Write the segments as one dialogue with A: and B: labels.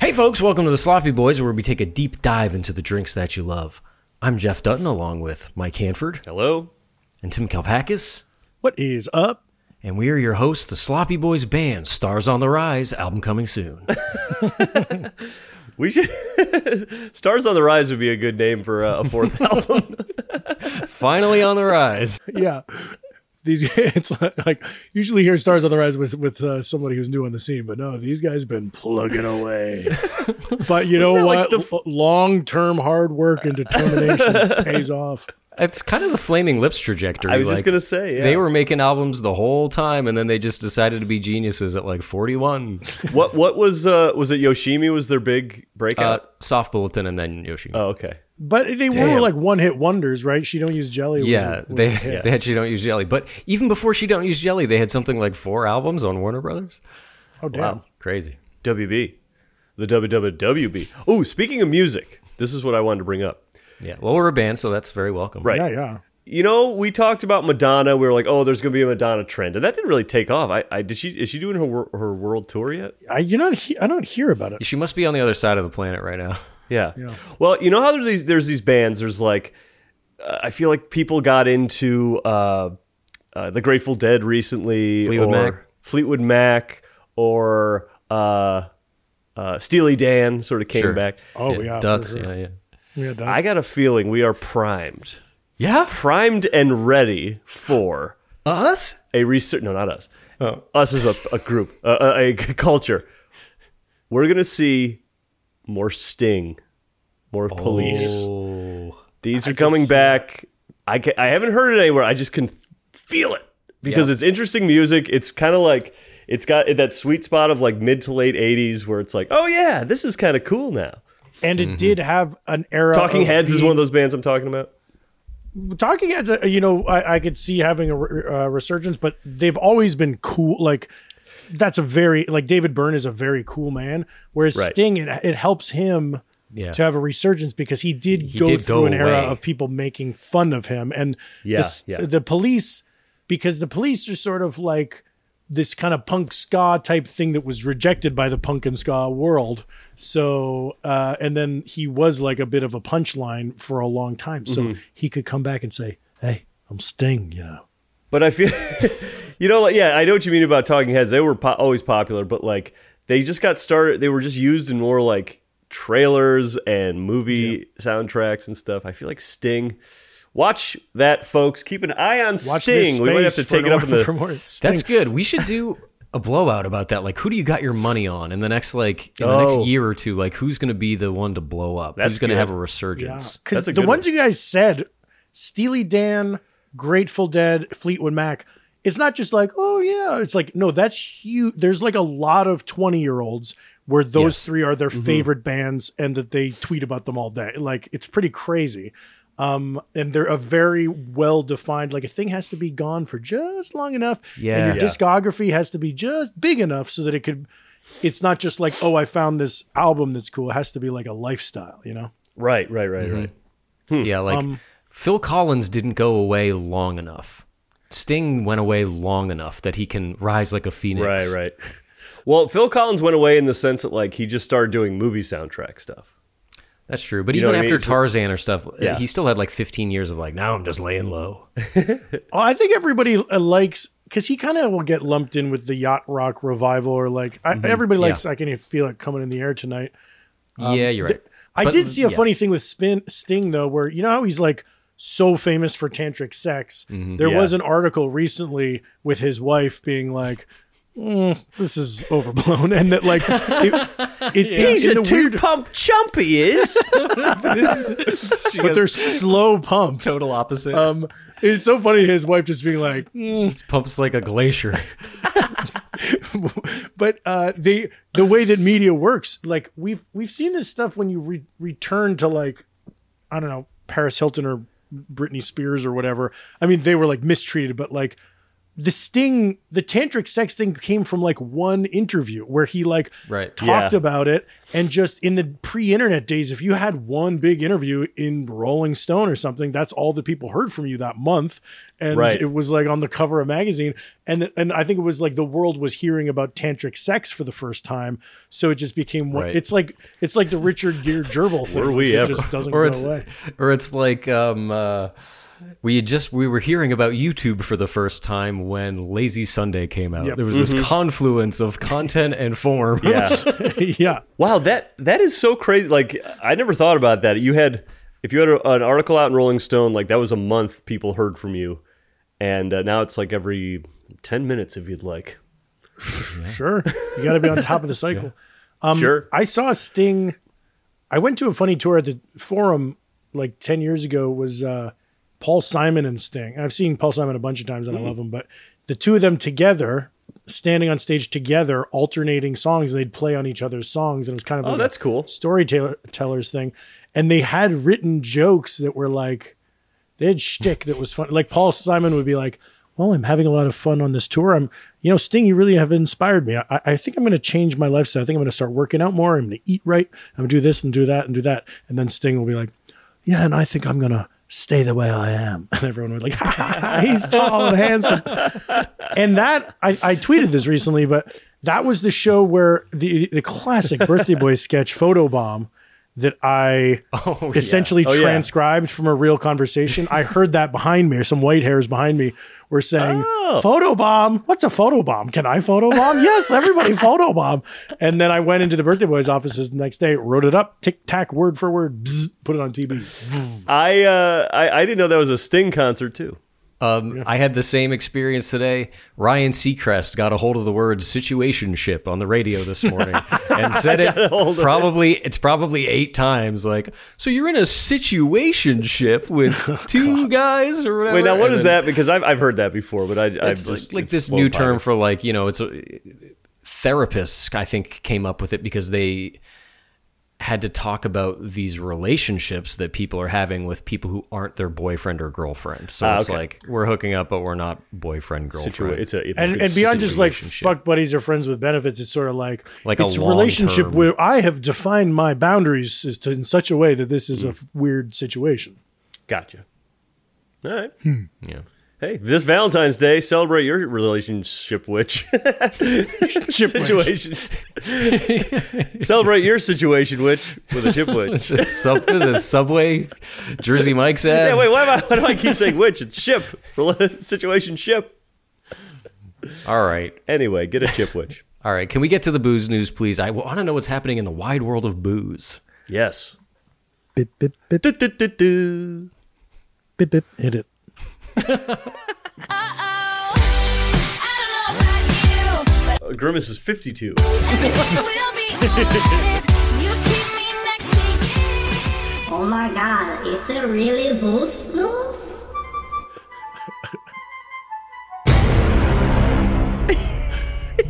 A: Hey, folks, welcome to the Sloppy Boys, where we take a deep dive into the drinks that you love. I'm Jeff Dutton, along with Mike Hanford. Hello. And Tim Kalpakis.
B: What is up?
A: And we are your hosts, the Sloppy Boys Band, Stars on the Rise, album coming soon.
C: We should Stars on the Rise would be a good name for uh, a fourth album.
A: Finally on the rise.
B: Yeah. These it's like, like usually hear stars on the rise with with uh, somebody who's new on the scene, but no, these guys been plugging away. but you know what? Long term hard work and determination pays off.
A: It's kind of the Flaming Lips trajectory.
C: I was just
A: like,
C: gonna say, yeah.
A: They were making albums the whole time, and then they just decided to be geniuses at like 41.
C: what what was uh was it Yoshimi was their big
A: Uh,
C: breakout?
A: soft Bulletin and then Yoshi.
C: oh okay.
B: But they were
A: Damn.
B: like one hit wonders, right? She don't use jelly. was-
A: Yeah,
B: was
A: they,
B: a hit.
A: they had She Don't Use Jelly. But even before She Don't Use Jelly, they had something like four albums on Warner Brothers.
B: oh damn.
A: Wow, crazy.
C: WB. The WWWB. Oh, speaking of music, this is what I wanted to bring up.
A: Yeah, well, we're a band, so that's very welcome.
C: Right.
B: Yeah, yeah.
C: You know, we talked about Madonna. We were like, "Oh, there's going to be a Madonna trend," and that didn't really take off. I, I did she is she doing her wor- her world tour yet?
B: I you not he- I don't hear about it.
A: She must be on the other side of the planet right now.
C: Yeah. Well, you know how there's these there's these bands. There's like, uh, I feel like people got into uh, uh, the Grateful Dead recently,
A: Fleetwood
C: or
A: Mac.
C: Fleetwood Mac, or uh, uh, Steely Dan sort of came
A: Sure.
C: back.
B: Oh yeah, for
A: Ducks,
B: sure.
A: yeah, yeah.
B: yeah. Ducks.
C: I got a feeling we are primed,
A: Yeah?
C: primed and ready for
A: Us?
C: a research. No, not us. Us as a, a group, a, a, a culture. We're gonna see more Sting, more Police.
A: Oh.
C: These are coming back. I ca I haven't heard it anywhere. I just can feel it because it's interesting music. It's kind of like it's got that sweet spot of like mid to late '80s where it's like, oh yeah, this is kind of cool now.
B: and it did have an era.
C: Talking
B: of
C: Heads is
B: being-
C: one of those bands I'm talking about.
B: Talking Heads, uh, you know, I, I could see having a re- uh, resurgence, but they've always been cool. Like that's a very like David Byrne is a very cool man. Whereas
C: Right.
B: Sting, it, it helps him
A: Yeah.
B: to have a resurgence because he did
A: He
B: go
A: did
B: through
A: go
B: an era
A: away.
B: of people making fun of him and
C: Yeah,
B: the, s-
C: yeah.
B: the police because the police are sort of like this kind of punk ska type thing that was rejected by the punk and ska world. So, uh, and then he was like a bit of a punchline for a long time. So
C: Mm-hmm.
B: he could come back and say, Hey, I'm Sting, you know.
C: But I feel, you know, like yeah, I know what you mean about Talking Heads. They were po- always popular, but like they just got started. They were just used in more like trailers and movie soundtracks and stuff. I feel like Sting. Watch that, folks. Keep an eye on
B: Watch this
C: Sting. We might have
B: space
C: to
B: for
C: take it up in
B: more-
C: the
B: for more Sting.
A: That's good. We should do a blowout about that. Like, who do you got your money on in the next, like, in the next
C: Oh.
A: year or two? Like, who's going to be the one to blow up?
C: That's
A: who's going to
C: good.
A: have a resurgence?
B: Because
C: That's a
B: the
C: good
B: ones you guys said, Steely Dan, Grateful Dead, Fleetwood Mac, it's not just like, oh yeah. It's like, no, that's huge. There's like a lot of 20 year olds where those
A: Yes.
B: three are
C: Mm-hmm.
B: their favorite bands and that they tweet about them all day. Like it's pretty crazy. Um, and they're a very well defined, like a thing has to be gone for just long enough. And
A: Yeah.
B: your
A: Yeah.
B: discography has to be just big enough so that it could it's not just like, oh, I found this album that's cool. It has to be like a lifestyle, you know?
C: right, right, right, right. Hmm.
A: Yeah, like
C: Um,
A: Phil Collins didn't go away long
B: Mm-hmm.
A: enough. Sting went away long enough that he can rise like a phoenix.
C: Right, right. Well, Phil Collins went away in the sense that like he just started doing movie soundtrack stuff.
A: That's true. But
C: You know
A: even
C: what I mean?
A: after
C: It's-
A: Tarzan or stuff, uh,
C: Yeah.
A: he still had like 15 years of like, now I'm just laying low.
B: Oh, I think everybody uh, likes because he kind of will get lumped in with the yacht rock revival or like I, everybody likes. I can feel it coming in the air tonight.
C: Um,
A: yeah, you're right.
B: I
A: But-
B: did see a
A: yeah.
B: funny thing with Spin Sting though, where you know how he's like so famous for tantric sex. there was
C: Yeah.
B: an article recently with his wife being like. "Mm, this is overblown, and that like it, it, he's in the weird,
C: pump chump. He is.
B: but they're slow pumps.
A: Total opposite.
B: Um, it's so funny. His wife just being like,
A: This pumps like a glacier.
B: but uh, the the way that media works, like we've we've seen this stuff when you re- return to like I don't know Paris Hilton or Britney Spears or whatever. I mean, they were like mistreated, but like the sting, the tantric sex thing came from like one interview where he like
A: Right.
B: talked
C: Yeah.
B: about it, and just in the pre-internet days, if you had one big interview in Rolling Stone or something, that's all the people heard from you that month, and
C: Right.
B: it was like on the cover of magazine, and and I think it was like the world was hearing about tantric sex for the first time, so it just became what
A: Right.
B: it's like. It's like the Richard Gere gerbil thing.
C: Were we
B: it
C: ever.
B: just doesn't
A: or
B: go
A: it's
B: away.
A: or it's like um uh we had just we were hearing about YouTube for the first time when Lazy Sunday came out.
B: Yep.
A: There was
C: Mm-hmm.
A: this confluence of content and form.
C: yeah.
B: yeah,
C: Wow, that that is so crazy. Like I never thought about that. You had if you had a, an article out in Rolling Stone, like that was a month people heard from you, and uh, now it's like every ten minutes if you'd like.
B: sure. You got to be on top of the cycle. Um,
C: Sure.
B: I saw Sting. I went to a funny tour at the Forum like ten years ago. Was uh, Paul Simon and Sting? I've seen Paul Simon a bunch of times and
C: Mm-hmm.
B: I love him, but the two of them together, standing on stage together, alternating songs, and they'd play on each other's songs, and it was kind of
C: Oh,
B: like a
C: that's cool.
B: storytellers thing. And they had written jokes that were like they had shtick that was fun. Like Paul Simon would be like, "Well, I'm having a lot of fun on this tour. I'm, you know, Sting, you really have inspired me. I, I think I'm going to change my lifestyle. I think I'm going to start working out more. I'm going to eat right. I'm going to do this and do that and do that." And then Sting will be like, "Yeah, and I think I'm going to." Stay the way I am, and everyone would like, "Ha, ha, ha, "He's tall and handsome." and that I, I tweeted this recently, but that was the show where the the classic birthday boy sketch photo bomb that I essentially
C: Oh, yeah.
B: transcribed from a real conversation. I heard that behind me, or some white hairs behind me were saying,
C: Oh.
B: "Photo bomb? What's a photo bomb? Can I photo bomb? yes, everybody photo bomb." And then I went into the birthday boy's offices the next day, wrote it up, tic tac, word for word, bzz, put it on TV.
C: I, uh, I I didn't know that was a Sting concert too.
A: Um, I had the same experience today. Ryan Seacrest got a hold of the word situationship on the radio this morning and said it probably it's probably eight times. Like, so you're in a situationship with two guys or whatever.
C: Wait, now what
A: And
C: is
A: then-
C: that? Because I've I've heard that before, but I I
A: it's
C: just
A: like, like
C: it's
A: this
C: flown
A: new
C: by
A: term
C: me.
A: for like you know it's a, therapists i think came up with it because they had to talk about these relationships that people are having with people who aren't their boyfriend or girlfriend so
C: Ah,
A: it's
C: okay.
A: like we're hooking up but we're not boyfriend
C: Situa-
A: girlfriend
C: It's a it-
B: and,
C: it's
B: and beyond just like
A: situationship.
B: fuck buddies or friends with benefits, it's sort of like
A: Like a
B: it's
A: long
B: relationship
A: term.
B: where I have defined my boundaries as to- in such a way that this is a
A: Hmm.
B: f- weird situation.
C: gotcha. All right.
A: Yeah.
C: Hey, this Valentine's Day, celebrate your relationship, witch.
B: Chip
C: situation. Celebrate your situation, witch, with a chip witch.
A: This is sub- this is subway jersey mike's ad
C: Yeah, wait, why, am I, why do I keep saying witch? It's ship. situation ship.
A: all right
C: Anyway, get a chip witch.
A: all right can we get to the booze news please i want to know what's happening in the wide world of booze
C: Yes.
B: bip, bip, bip,
C: Du-du-du-du.
B: bip, bip. Hit it.
C: Uh, Grimace is 52.
D: Oh my god, is it really boost news?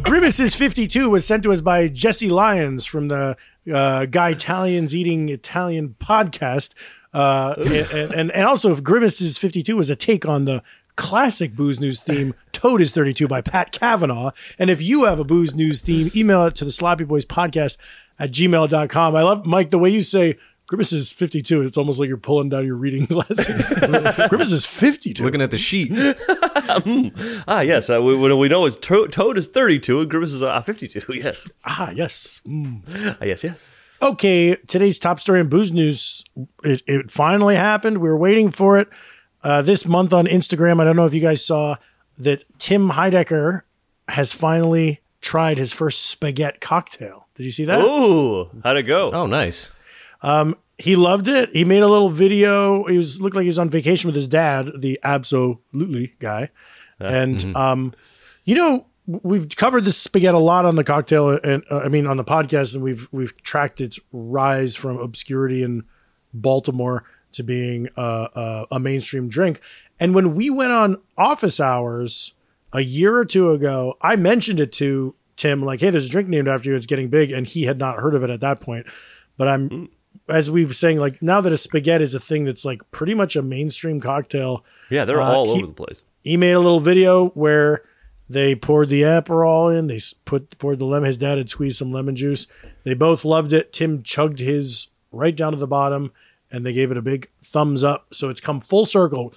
B: Grimace is 52 was sent to us by Jesse Lyons from the uh, Guy Italians Eating Italian podcast. Uh, and, and, and also, if Grimace is 52 was a take on the classic Booze News theme, Toad is 32 by Pat Kavanaugh. And if you have a Booze News theme, email it to the Sloppy Boys podcast at gmail.com. I love, Mike, the way you say Grimace is 52, it's almost like you're pulling down your reading glasses. Grimace is 52.
A: looking at the sheet
C: ah, yes. Uh, we, what we know is to- Toad is 32 and Grimace is uh, 52. Yes.
B: ah, yes.
C: Ah, yes, yes.
B: Okay, today's top story in booze news. It, it finally happened. We were waiting for it. Uh, this month on Instagram, I don't know if you guys saw that Tim Heidecker has finally tried his first spaghetti cocktail. Did you see that?
C: Ooh, how'd it go?
A: Oh, nice.
B: He loved it. He made a little video. He was looked like he was on vacation with his dad, the absolutely guy. and um, you know, we've covered this spaghetti a lot on the cocktail, and uh, I mean on the podcast, and we've we've tracked its rise from obscurity in Baltimore to being a, a, a mainstream drink. And when we went on office hours a year or two ago, I mentioned it to Tim, like, "Hey, there's a drink named after you. It's getting big," and he had not heard of it at that point. But I'm as we've saying like now that a spaghetti is a thing that's like pretty much a mainstream cocktail
C: yeah, they're
B: uh,
C: all
B: he-
C: over the place.
B: he made a little video where they poured the Aperol in. They s- put poured the lemon. His dad had squeezed some lemon juice. They both loved it. Tim chugged his right down to the bottom, and they gave it a big thumbs up. So it's come full circle.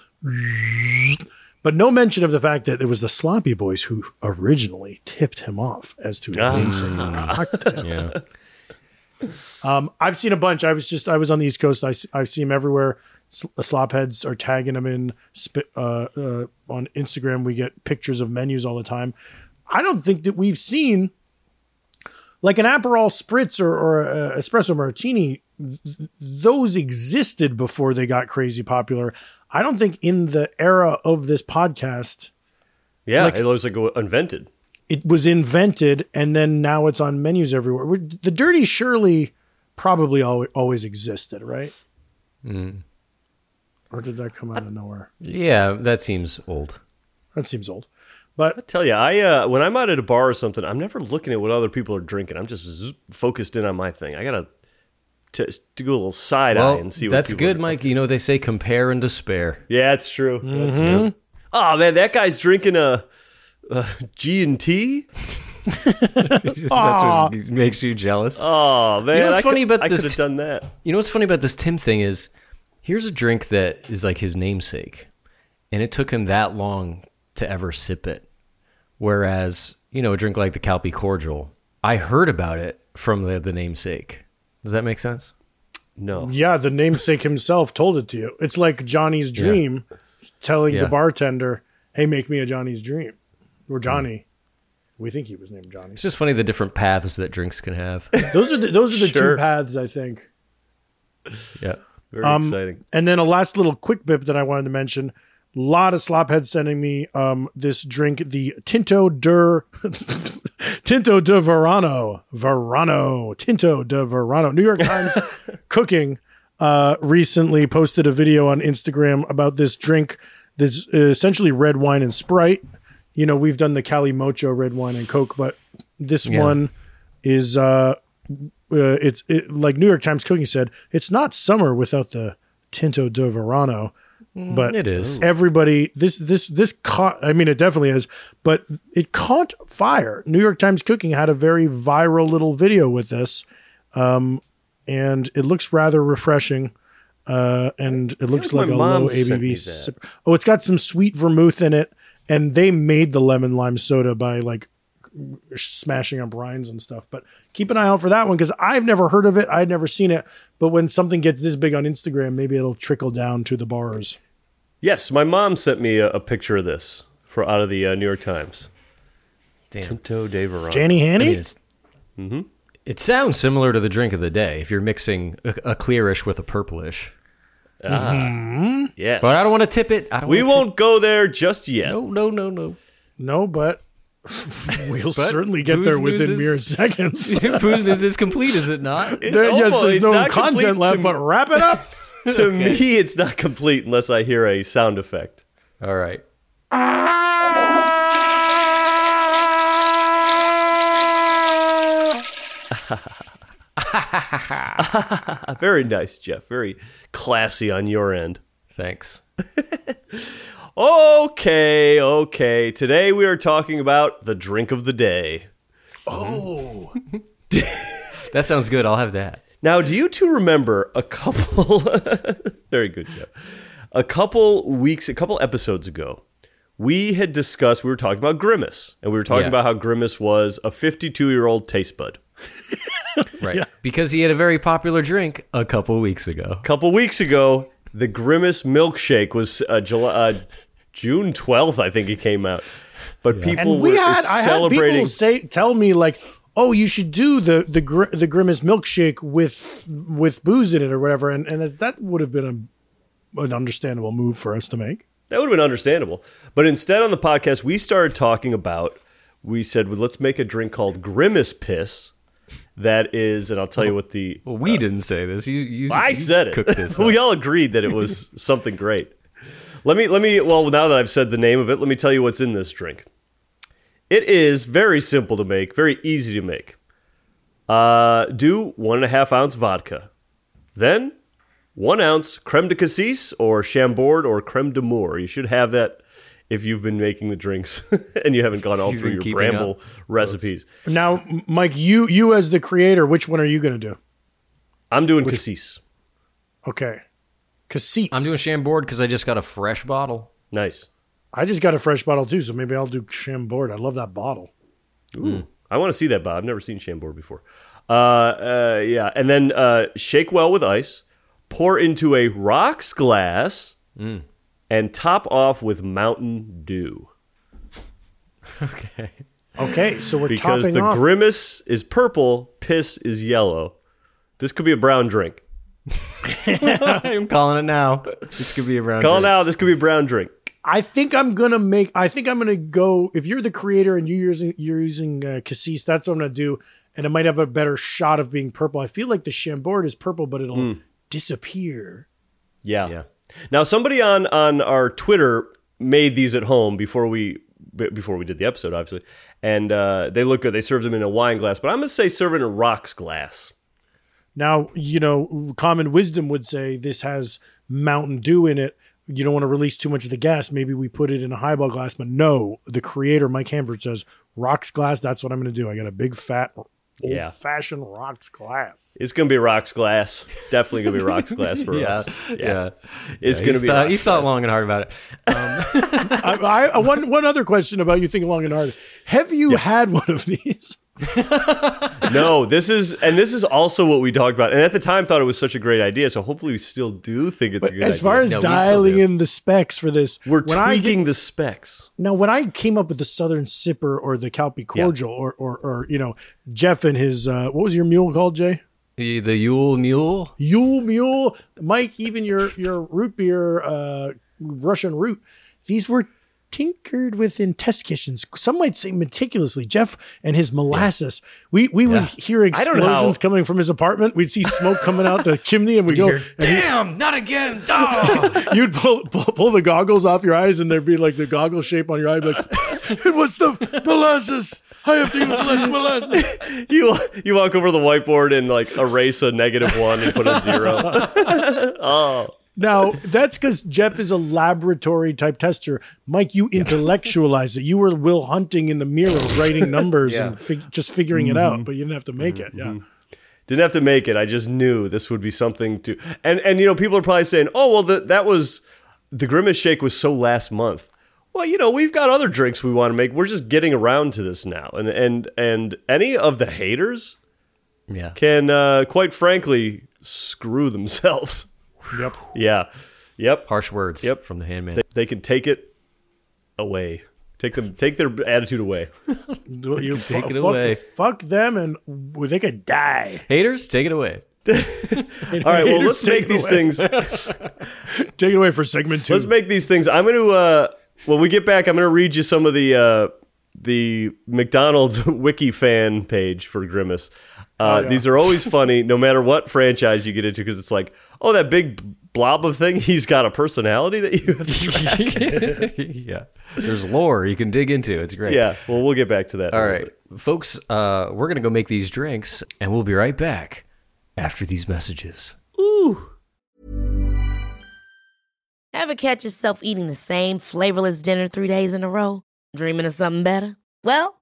B: But no mention of the fact that it was the Sloppy Boys who originally tipped him off as to his namesake cocktail.
A: Yeah.
B: I've seen a bunch. I was just I was on the East Coast. I, s- I see them everywhere. S- slop heads are tagging them in sp- uh, uh, on Instagram. We get pictures of menus all the time. I don't think that we've seen like an aperol spritz or, or a espresso martini. th- Those existed before they got crazy popular. I don't think in the era of this podcast
C: Yeah,
B: like-
C: it looks like it was invented.
B: it was invented and then now it's on menus everywhere. We're- The Dirty Shirley probably al- always existed, right? Or did that come out of nowhere?
A: Yeah, that seems old.
B: That seems old. But
C: Tell you, I uh, when I'm out at a bar or something, I'm never looking at what other people are drinking. I'm just z- focused in on my thing. I gotta t- to do a little side eye
A: Well,
C: and see. what
A: that's
C: people
A: good,
C: are-
A: Mike. You know, they say compare and despair.
C: Yeah, it's true. That's
A: Mm-hmm.
C: true. Oh man, that guy's drinking a, a G and T.
A: that's what makes you jealous.
C: Oh man,
A: what's
C: I
A: funny
C: could,
A: about
C: I
A: this
C: could have
A: t-
C: done that.
A: You know what's funny about this Tim thing is here's a drink that is like his namesake, and it took him that long to ever sip it. Whereas, you know, a drink like the Calpe Cordial, I heard about it from the, the namesake. Does that make sense?
C: No,
B: yeah, the namesake himself told it to you. It's like Johnny's dream s- telling
A: Yeah.
B: the bartender, hey, make me a Johnny's dream. Or Johnny. We think he was named Johnny.
A: It's just funny the different paths that drinks can have.
B: Those are the, those are the
C: Sure.
B: two paths, I think.
A: yeah.
C: very
A: um,
C: exciting.
B: And then a last little quick bit that I wanted to mention. A lot of slopheads sending me um, this drink, the Tinto de Tinto de Verano, Verano, Tinto de Verano. New York Times cooking uh, recently posted a video on Instagram about this drink that's uh, essentially red wine and Sprite. You know, we've done the Cali Mocho red wine and Coke, but this one is uh, uh, it's it, like New York Times Cooking said, it's not summer without the Tinto de Verano.
C: Mm,
B: But
A: it is.
B: everybody. This this this caught. I mean, it definitely is. But it caught fire. New York Times Cooking had a very viral little video with this, um, and it looks rather refreshing. Uh, and it looks
C: like
B: like,
C: my
B: a
C: mom
B: low
C: sent me
B: ABV.
C: that.
B: sip- Oh, it's got some sweet vermouth in it, and they made the lemon lime soda by like smashing up rinds and stuff. But keep an eye out for that one because I've never heard of it. I'd never seen it. But when something gets this big on Instagram, maybe it'll trickle down to the bars.
C: Yes, my mom sent me a, a picture of this for out of the uh, New York Times.
A: Damn.
C: Tinto de Verano.
B: Danny Hanny?
A: I mean, it's, It sounds similar to the drink of the day if you're mixing a, a clearish with a purplish.
C: yes,
A: But I don't want to tip it. I don't
C: We
A: wanna
C: won't go there just yet.
A: Tip. No, no, no, no.
B: no, but we'll certainly get
A: Booze
B: there
A: Mooses-
B: within mere seconds.
A: Booze news is complete, is it not?
C: It's
B: There- yes,
C: almost-
B: there's
C: it's
B: no
C: not complete
B: content left,
C: to,
B: but wrap it up.
C: to me, it's not complete unless I hear a sound effect.
A: All right.
C: Ah, very nice, Jeff. Very classy on your end.
A: Thanks.
C: Okay, okay. Today we are talking about the drink of the day.
A: That sounds good. I'll have that.
C: Now, do you two remember a couple? very good, Jeff. A couple weeks, a couple episodes ago, we had discussed we were talking about Grimace, and we were talking
A: Yeah.
C: about how Grimace was a 52 year old taste bud.
A: Right. Because he had a very popular drink a couple weeks ago.
C: A couple weeks ago, the Grimace milkshake was uh, July, uh, June 12th, I think it came out. But people
B: and we
C: were
B: had I had
C: celebrating.
B: people say tell me like, oh, you should do the the gr- the grimace milkshake with with booze in it or whatever, and and that would have been a, an understandable move for us to make.
C: That would have been understandable. But instead, on the podcast, we started talking about. We said, well, let's make a drink called Grimace Piss. That is, and I'll tell you
B: Oh.
C: what the.
A: Well, we didn't say this. You, you
C: I
A: you
C: said
A: cooked this
C: it.
A: up.
C: we all agreed that it was something great. Let me, let me, well, now that I've said the name of it, let me tell you what's in this drink. It is very simple to make, very easy to make. Uh, do one and a half ounce vodka. Then one ounce creme de cassis or chambord or creme de moor. You should have that if you've been making the drinks and you haven't gone all
A: You've
C: through
A: been
C: your
A: keeping
C: bramble
A: up.
C: recipes.
B: Now, M- Mike, you you as the creator, which one are you going to do?
C: I'm doing cassis.
B: Okay, cassis.
A: I'm doing Chambord because I just got a fresh bottle.
C: Nice.
B: I just got a fresh bottle too, so maybe I'll do Chambord. I love that bottle.
C: Ooh, I want to see that, Bob. I've never seen Chambord before. Uh, uh, yeah, and then uh, shake well with ice, pour into a rocks glass, and top off with Mountain Dew.
A: Okay.
B: Okay, so we're
C: because
B: topping
C: the
B: off.
C: grimace is purple, piss is yellow. This could be a brown drink.
A: I'm calling it now. This could be around.
C: Call now. This could be a brown drink.
B: I think I'm gonna make. I think I'm gonna go. If you're the creator and you're using you're using uh, cassis, that's what I'm gonna do. And it might have a better shot of being purple. I feel like the Chambord is purple, but it'll disappear.
C: Yeah. Now somebody on on our Twitter made these at home before we b- before we did the episode, obviously, and uh, they look good. They served them in a wine glass, but I'm gonna say serve it in a rocks glass.
B: Now, you know, common wisdom would say this has Mountain Dew in it. You don't want to release too much of the gas. Maybe we put it in a highball glass, but no, the creator, Mike Hanford, says rocks glass. That's what I'm going to do. I got a big fat, old
C: Yeah.
B: fashioned rocks glass.
C: It's gonna be rocks glass. Definitely gonna be rocks glass for
A: Yeah.
C: us.
A: Yeah.
C: It's
A: Yeah,
C: gonna
A: he's
C: be.
A: Thought,
C: rocks
A: he's thought
C: glass.
A: long and hard about it.
B: I, I, I- one, one other question about you thinking long and hard. Have you had one of these?
C: no, this is and this is also what we talked about. And at the time, thought it was such a great idea. So hopefully, we still do think it's a good
B: As far
C: idea.
B: as
A: No, we still
B: dialing
A: do.
B: in the specs for this,
C: we're
B: when I did-
C: tweaking the specs.
B: Now, when I came up with the Southern Sipper or the Calpe Cordial or, or, or, you know, Jeff and his, uh, what was your mule called, Jay?
A: The, the Yule Mule.
B: Yule Mule, Mike, even your, your root beer, uh, Russian root, these were tinkered with in test kitchens. Some might say meticulously. Jeff and his molasses. We, we would hear
C: don't know how-
B: explosions coming from his apartment. We'd see smoke coming out the chimney and we go,
A: Damn! Not again! Oh!
B: you'd pull, pull pull the goggles off your eyes, and there'd be like the goggle shape on your eye, like it was the molasses. I have to use less molasses.
C: You you walk over to the whiteboard and like erase a negative one and put a zero.
B: Now that's because Jeff is a laboratory type tester. Mike, you intellectualized it. You were Will Hunting in the mirror, writing numbers and fig- just figuring it
C: Mm-hmm.
B: out, but you didn't have to make it. Yeah.
C: Didn't have to make it. I just knew this would be something to. And and you know, people are probably saying, "Oh, well, the, that was the grimace shake was so last month." Well, you know, we've got other drinks we want to make. We're just getting around to this now. And and and any of the haters
A: yeah.
C: can, uh, quite frankly, screw themselves.
B: Yep.
C: Yeah. Yep.
A: Harsh words.
C: Yep.
A: From the handman.
C: They, they can take it away. Take them. Take their attitude away.
B: You,
A: take
B: fu-
A: it
B: fuck-
A: away.
B: Fuck them, and well, they could die.
A: Haters, take it away.
C: All right. Well,
B: Haters,
C: let's
B: take
C: make
B: it
C: these
B: away.
C: things.
B: Take it away for segment 2
C: Let's make these things. I'm going to. Uh, when we get back, I'm going to read you some of the uh, the McDonald's wiki fan page for Grimace. Uh, These are always funny, no matter what franchise you get into, because it's like, oh, that big blob of thing. He's got a personality that you have to
A: yeah. There's lore you can dig into. It's great.
C: Yeah. Well, we'll get back to that. in a
A: All
C: little
A: right,
C: bit.
A: folks, uh, we're going to go make these drinks and we'll be right back after these messages.
E: Ever catch yourself eating the same flavorless dinner three days in a row? Dreaming of something better? Well,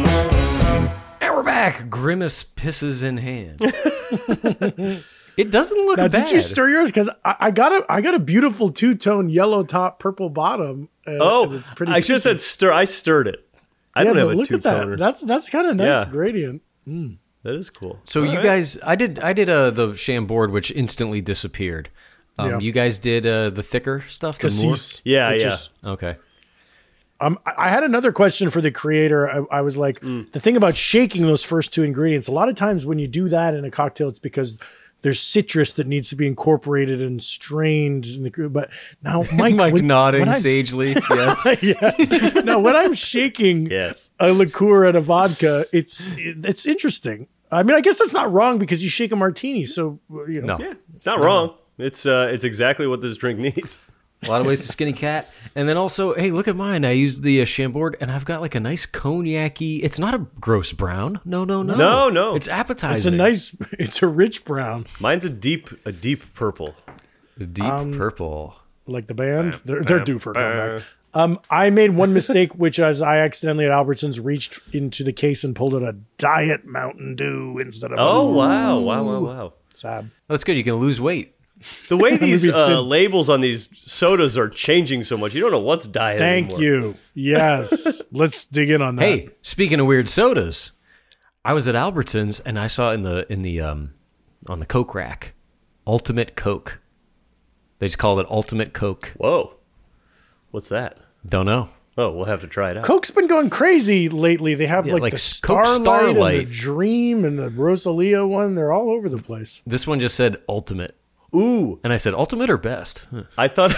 A: And we're back. Grimace pisses in hand. it doesn't look
B: Now,
A: bad.
B: did you stir yours? Because I, I got a I got a beautiful two tone yellow top, purple bottom. uh, and-
C: Oh,
B: and it's pretty.
C: I should have
B: piecy.
C: said stir. I stirred it. I
B: yeah,
C: don't have
B: but
C: a
B: look
C: two
B: at that.
C: toner.
B: That's that's kind of
C: Yeah.
B: nice gradient.
C: that is cool.
A: So you guys, I did, I did uh, the sham board, which instantly disappeared. Um,
B: Yeah.
A: You guys did uh, the thicker stuff, the more.
B: Cassis,
C: Yeah,
B: which
C: yeah.
B: is-
A: Okay.
B: Um, I I had another question for the creator. I, I was like,
A: Mm.
B: the thing about shaking those first two ingredients, a lot of times when you do that in a cocktail, it's because there's citrus that needs to be incorporated and strained. In the, gr- but now, Mike,
A: Mike
B: when-
A: nodding
B: when I-
A: sagely. Yes.
B: yes. Now, when I'm shaking
C: Yes.
B: a liqueur and a vodka, it's it- it's interesting. I mean, I guess that's not wrong because you shake a martini. So, you know,
A: No.
C: It's
B: Uh-huh.
C: not wrong. It's uh, it's exactly what this drink needs.
A: A lot of ways to skinny cat. And then also, hey, look at mine. I used the uh, Chambord and I've got like a nice cognac-y. It's not a gross brown. No, no, no.
C: No, no.
A: It's appetizing.
B: it's a nice, it's a rich brown,
C: Mine's a deep a deep purple.
A: deep purple.
B: like the band. They're, they're due for a comeback. Um, I made one mistake, which is I accidentally at Albertsons reached into the case and pulled out a diet Mountain Dew instead of
C: Oh wow, wow, wow, wow.
B: sad.
A: That's good. You can lose weight.
C: The way these
B: be
C: uh,
B: thin.
C: labels on these sodas are changing so much, you don't know what's diet.
B: Thank
C: anymore.
B: you. Yes, let's dig in on that.
A: Hey, speaking of weird sodas, I was at Albertsons and I saw in the in the um on the Coke rack, Ultimate Coke. They just called it Ultimate Coke.
C: Whoa, what's that?
A: Don't know.
C: Oh, we'll have to try it out.
B: Coke's been going crazy lately. They have
A: Yeah,
B: like,
A: like
B: the
A: Coke
B: Starlight, and the
A: Starlight.
B: Dream and the Rosalia one. They're all over the place.
A: This one just said ultimate.
C: Ooh,
A: And I said, ultimate or best? Huh.
C: I thought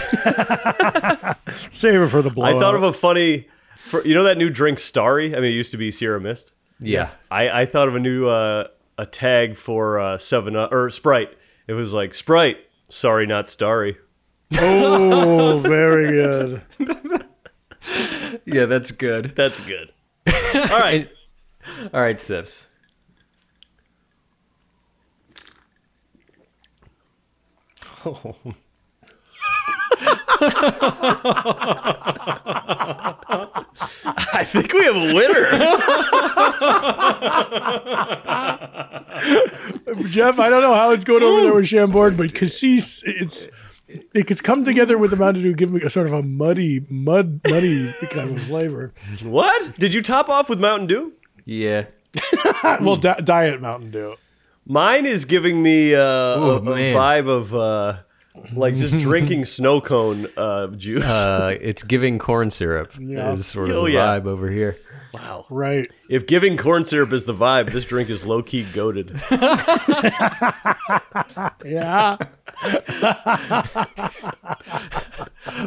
B: Save it for the blowout.
C: I thought of a funny. For, you know that new drink, Starry. I mean, it used to be Sierra Mist.
A: Yeah.
C: I, I thought of a new uh, a tag for uh, Seven Up or Sprite. It was like Sprite. Sorry, not Starry.
B: oh, very good.
A: Yeah, that's good.
C: That's good. All right.
A: All right, Sips.
C: I think we have a winner.
B: Jeff, I don't know how it's going over there with Chambord, but Cassis, it's it could come together with the Mountain Dew, giving a sort of a muddy, mud, muddy kind of flavor.
C: what? Did you top off with Mountain Dew?
A: Yeah.
B: well, di- diet Mountain Dew.
C: Mine is giving me uh, a, a
A: man.
C: vibe of uh, like just drinking snow cone uh, juice.
A: Uh, it's giving corn syrup is sort of
C: Oh,
A: the
C: yeah.
A: vibe over here.
B: Right.
C: if giving corn syrup is the vibe, this drink is low key goaded.
B: Yeah.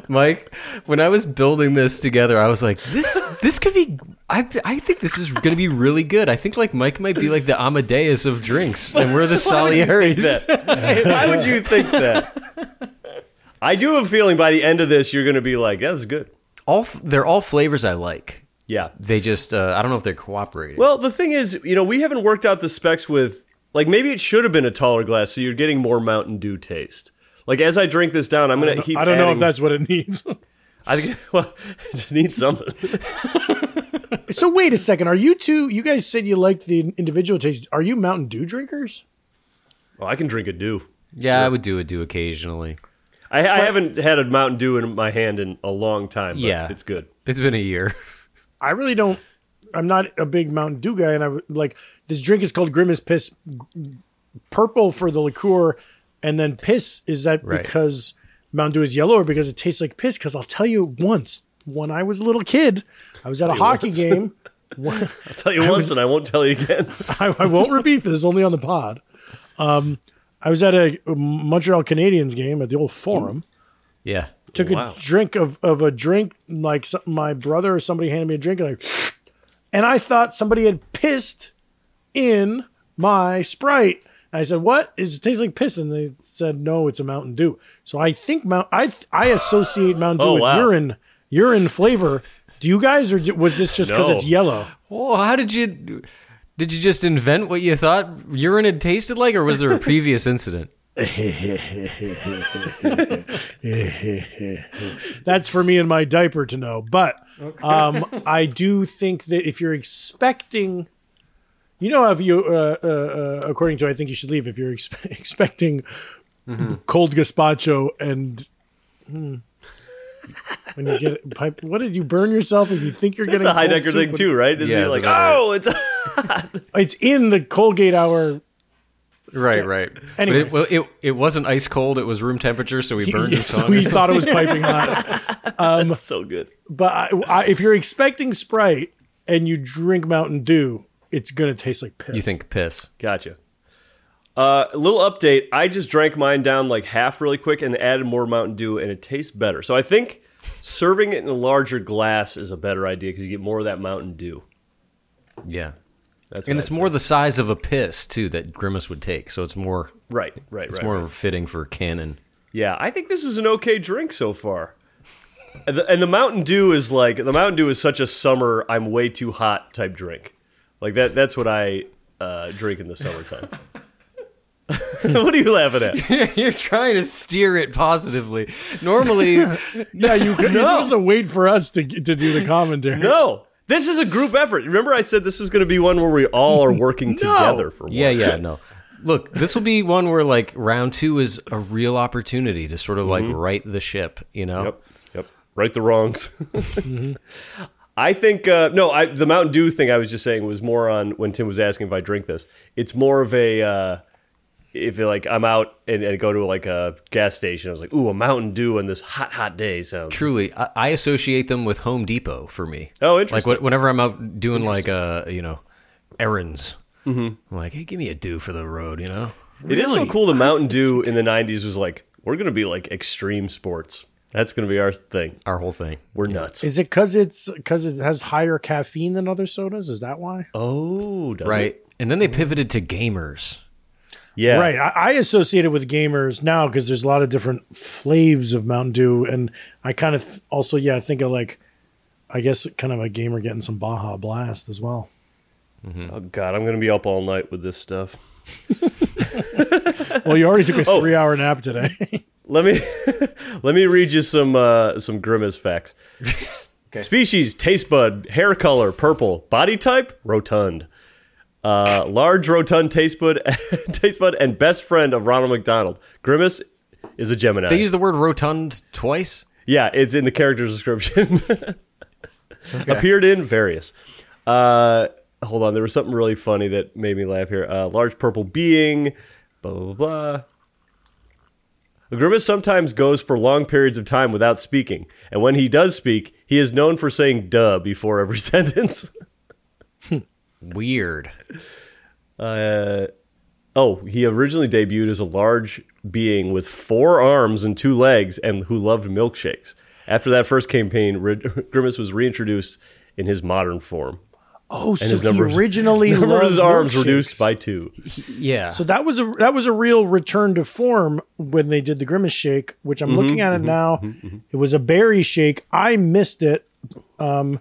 A: Mike, when I was building this together, I was like, this this could be I I think this is going to be really good. I think like Mike might be like the Amadeus of drinks and we're the Salieri's.
C: Why would you think that? I do have a feeling by the end of this, you're going to be like, "That's good."
A: All f- they're all flavors I like.
C: Yeah.
A: They just uh, I don't know if they're cooperating.
C: Well, the thing is, you know, we haven't worked out the specs with like maybe it should have been a taller glass, so you're getting more Mountain Dew taste. Like as I drink this down, I'm gonna. keep
B: I don't know if
C: adding-
B: that's what it needs.
C: I think well, it needs something.
B: so wait a second. Are you two? You guys said you liked the individual taste. Are you Mountain Dew drinkers?
C: Oh, I can drink a Dew.
A: yeah, I would do a do occasionally.
C: I, I haven't had a Mountain Dew in my hand in a long time. But
A: Yeah.
C: it's good.
A: It's been a year.
B: I really don't. I'm not a big Mountain Dew guy, and I would- like this drink is called Grimace Piss. g- Purple for the liqueur, and then piss is that
A: Right.
B: because Mountain Dew is yellow or because it tastes like piss? Because I'll tell you once, when I was a little kid, I was at a hockey game. One-
C: I'll tell you once, and I won't tell you again.
B: I, I won't repeat this only on the pod. Um, I was at a Montreal Canadiens game at the old Forum.
A: Yeah.
B: Took a drink of, of a drink like some, my brother or somebody handed me a drink and I and I thought somebody had pissed in my Sprite. And I said, "What is it? Tastes like piss?" And they said, "No, it's a Mountain Dew." So I think Mount I I associate Mountain Dew
C: Oh,
B: with
C: wow.
B: urine urine flavor. Do you guys or do- was this just because
C: No.
B: it's yellow?
A: Well, how did you did you just invent what you thought urine had tasted like or was there a previous incident?
B: That's for me and my diaper to know. But um, I do think that if you're expecting, you know, if you, uh, uh, uh, according to I think you should leave, if you're ex- expecting
C: Mm-hmm.
B: cold gazpacho and. hmm, when you get pipe, what did you burn yourself if you think you're
C: It's
B: getting
C: a
B: cold
C: Heidecker
B: soup
C: thing
B: with-
C: too, right? Is
A: Yeah,
C: he like,
A: that's about
C: oh, it's
B: It's in the Colgate hour.
A: Right, right.
B: Anyway.
A: But it, well, it it wasn't ice cold, it was room temperature, so we burned his
B: so
A: tongue.
B: we thought it was piping hot.
C: that's so good.
B: But I, I, if you're expecting Sprite and you drink Mountain Dew, it's gonna taste like piss.
A: you think piss.
C: Gotcha. Uh, a little update. I just drank mine down like half really quick and added more Mountain Dew, and it tastes better. So I think serving it in a larger glass is a better idea because you get more of that Mountain Dew.
A: Yeah.
C: That's
A: and
C: what
A: it's
C: I'd
A: more
C: say.
A: the size of a piss too that Grimace would take, so it's more
C: right, right,
A: it's
C: right.
A: more
C: right.
A: fitting for canon.
C: Yeah, I think this is an okay drink so far. And the, and the Mountain Dew is like the Mountain Dew is such a summer I'm way too hot type drink. Like that. That's what I uh, drink in the summertime. what are you laughing at?
A: You're trying to steer it positively. Normally,
B: Yeah, you you're supposed to wait for us to to do the commentary.
C: No, this is a group effort. Remember, I said this was going to be one where we all are working together for one.
A: yeah, yeah, no. Look, this will be one where like round 2 is a real opportunity to sort of like right the ship, you know.
C: Mm-hmm. Yep. Yep. Right the wrongs. I think uh, no. I the Mountain Dew thing I was just saying was more on when Tim was asking if I drink this. It's more of a. Uh, if like I'm out and, and go to like a gas station, I was like, ooh, a Mountain Dew on this hot, hot day sounds.
A: Truly, I, I associate them with Home Depot for me.
C: Oh, interesting.
A: Like wh- whenever I'm out doing like uh you know errands, I'm like, hey, give me a dew for the road, you know.
C: It is so cool that Mountain Dew in the '90s was like, we're gonna be like extreme sports. That's gonna be our thing.
A: Our whole thing.
C: We're nuts.
B: Is it because it's because it has higher caffeine than other sodas? Is that why?
C: oh, does
A: right.
C: it?
A: And then they pivoted to gamers.
C: Yeah,
B: Right. I, I associate it with gamers now because there's a lot of different flavors of Mountain Dew, and I kind of th- also yeah I think of like, I guess kind of a gamer getting some Baja Blast as well.
C: Oh God, I'm gonna be up all night with this stuff.
B: Well, you already took a
C: Oh.
B: three hour nap today.
C: Let me let me read you some uh, some grimace facts. Species: taste bud, hair color, purple. Body type: rotund. Uh, large rotund taste bud, taste bud, and best friend of Ronald McDonald. Grimace is a Gemini.
A: They use the word rotund twice.
C: yeah, it's in the character description. Appeared in various. Uh, hold on, there was something really funny that made me laugh here. Uh, large purple being, blah blah blah. blah. A grimace sometimes goes for long periods of time without speaking, and when he does speak, he is known for saying "duh" before every sentence.
A: Weird.
C: Oh, he originally debuted as a large being with four arms and two legs and who loved milkshakes. After that first campaign, Rid- Grimace was reintroduced in his modern form.
B: oh,
C: And
B: so
C: his
B: he
C: numbers-
B: originally
C: number of
B: loved
C: his arms
B: milkshakes.
C: reduced by two.
A: Yeah.
B: So that was a that was a real return to form when they did the grimace shake, which I'm looking at it now. It was a berry shake. I missed it. Um,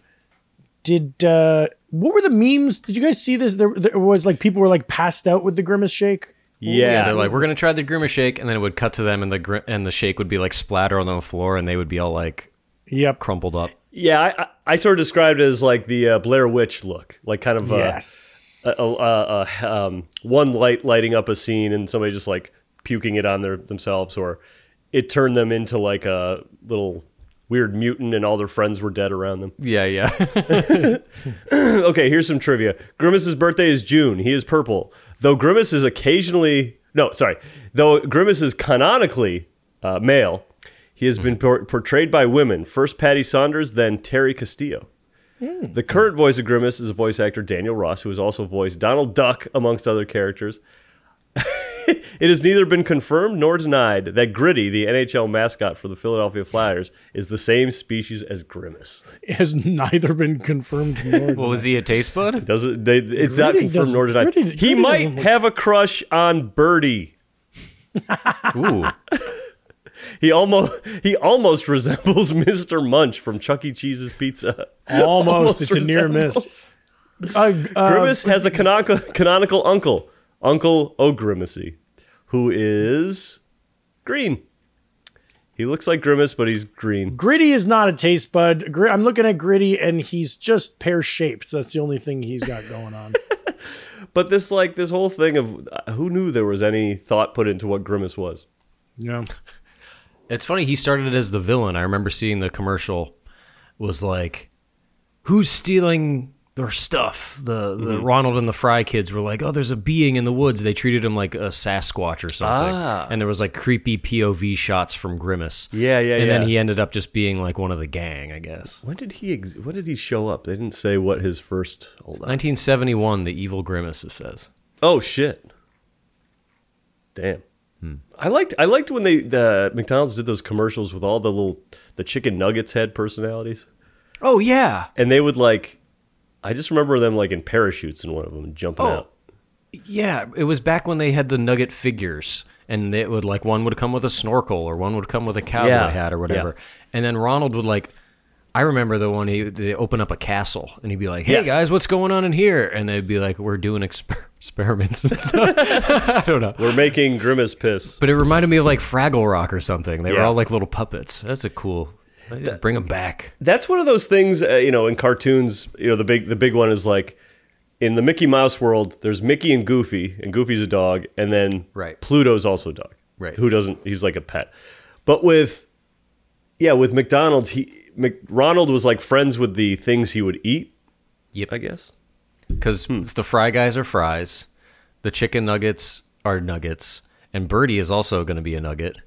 B: did uh, what were the memes? Did you guys see this? There, there was like people were like passed out with the grimace shake.
C: Yeah,
A: they're like, we're gonna try the Grima shake, and then it would cut to them, and the gri- and the shake would be like splatter on the floor, and they would be all like
B: Yep.
A: crumpled up.
C: yeah. I- I, I sort of described it as like the uh, Blair Witch look, like kind of uh,
B: Yes.
C: a, a, a, a, um, one light lighting up a scene and somebody just like puking it on their themselves, or it turned them into like a little weird mutant, and all their friends were dead around them.
A: Yeah, yeah.
C: okay, here's some trivia. Grimace's birthday is June. He is purple. Though Grimace is occasionally no, sorry. Though Grimace is canonically uh, male, he has been por- portrayed by women. First Patty Saunders, then Terry Castillo. The current voice of Grimace is a voice actor Daniel Ross, who has also voiced Donald Duck amongst other characters. it has neither been confirmed nor denied that Gritty, the NHL mascot for the Philadelphia Flyers, is the same species as Grimace.
B: It has neither been confirmed nor
A: well, is he a taste bud?
C: Does it? They, it's not
B: Gritty
C: confirmed nor
B: doesn't-
C: denied.
B: Gritty-
C: he
B: Gritty
C: might
B: doesn't look-
C: have a crush on Birdie.
A: Ooh,
C: He almost he almost resembles Mr. Munch from Chuck E. Cheese's Pizza.
B: almost, It's a near miss.
C: resembles.
B: Uh, uh,
C: Grimace has a canonical, canonical uncle, Uncle O'Grimacy, who is green. He looks like Grimace, but he's green.
B: Gritty is not a taste bud. Gr- I'm looking at Gritty, and he's just pear shaped. That's the only thing he's got going on.
C: But this like this whole thing of uh, who knew there was any thought put into what Grimace was.
B: yeah.
A: it's funny. He started as the villain. I remember seeing the commercial. Was like, who's stealing their stuff? The the
C: Mm-hmm.
A: Ronald and the Fry kids were like, oh, there's a being in the woods. They treated him like a Sasquatch or something. And there was like creepy POV shots from Grimace.
C: Ah. Yeah, yeah,
A: And
C: yeah.
A: then he ended up just being like one of the gang, I guess.
C: When did he ex- when did he show up? They didn't say what his first. Hold on.
A: 1971, the evil grimace it says.
C: Oh shit! Damn. I liked I liked when they the McDonald's did those commercials with all the little the chicken nuggets had personalities,
A: Oh yeah,
C: and they would like. I just remember them like in parachutes in one of them and jumping
A: Oh.
C: out.
A: yeah. It was back when they had the nugget figures, and it would like one would come with a snorkel, or one would come with a cowboy
C: Yeah.
A: hat, or whatever. And then Ronald would like. I remember the one he they open up a castle, and he'd be like, "Hey
C: Yes.
A: guys, what's going on in here?" And they'd be like, "We're doing exper- experiments and stuff." I don't know.
C: We're making grimace piss.
A: But it reminded me of like Fraggle Rock or something. They were
C: Yeah.
A: all like little puppets. That's a cool. Bring them back.
C: That's one of those things, uh, you know, in cartoons. You know, the big the big one is like in the Mickey Mouse world. There's Mickey and Goofy, and Goofy's a dog, and then
A: Right.
C: Pluto's also a dog.
A: Right.
C: Who doesn't? He's like a pet. But with yeah, with McDonald's, he Mc, Ronald was like friends with the things he would eat.
A: Yep.
C: I guess. Hmm.
A: because the fry guys are fries, the chicken nuggets are nuggets, And Birdie is also going to be a nugget.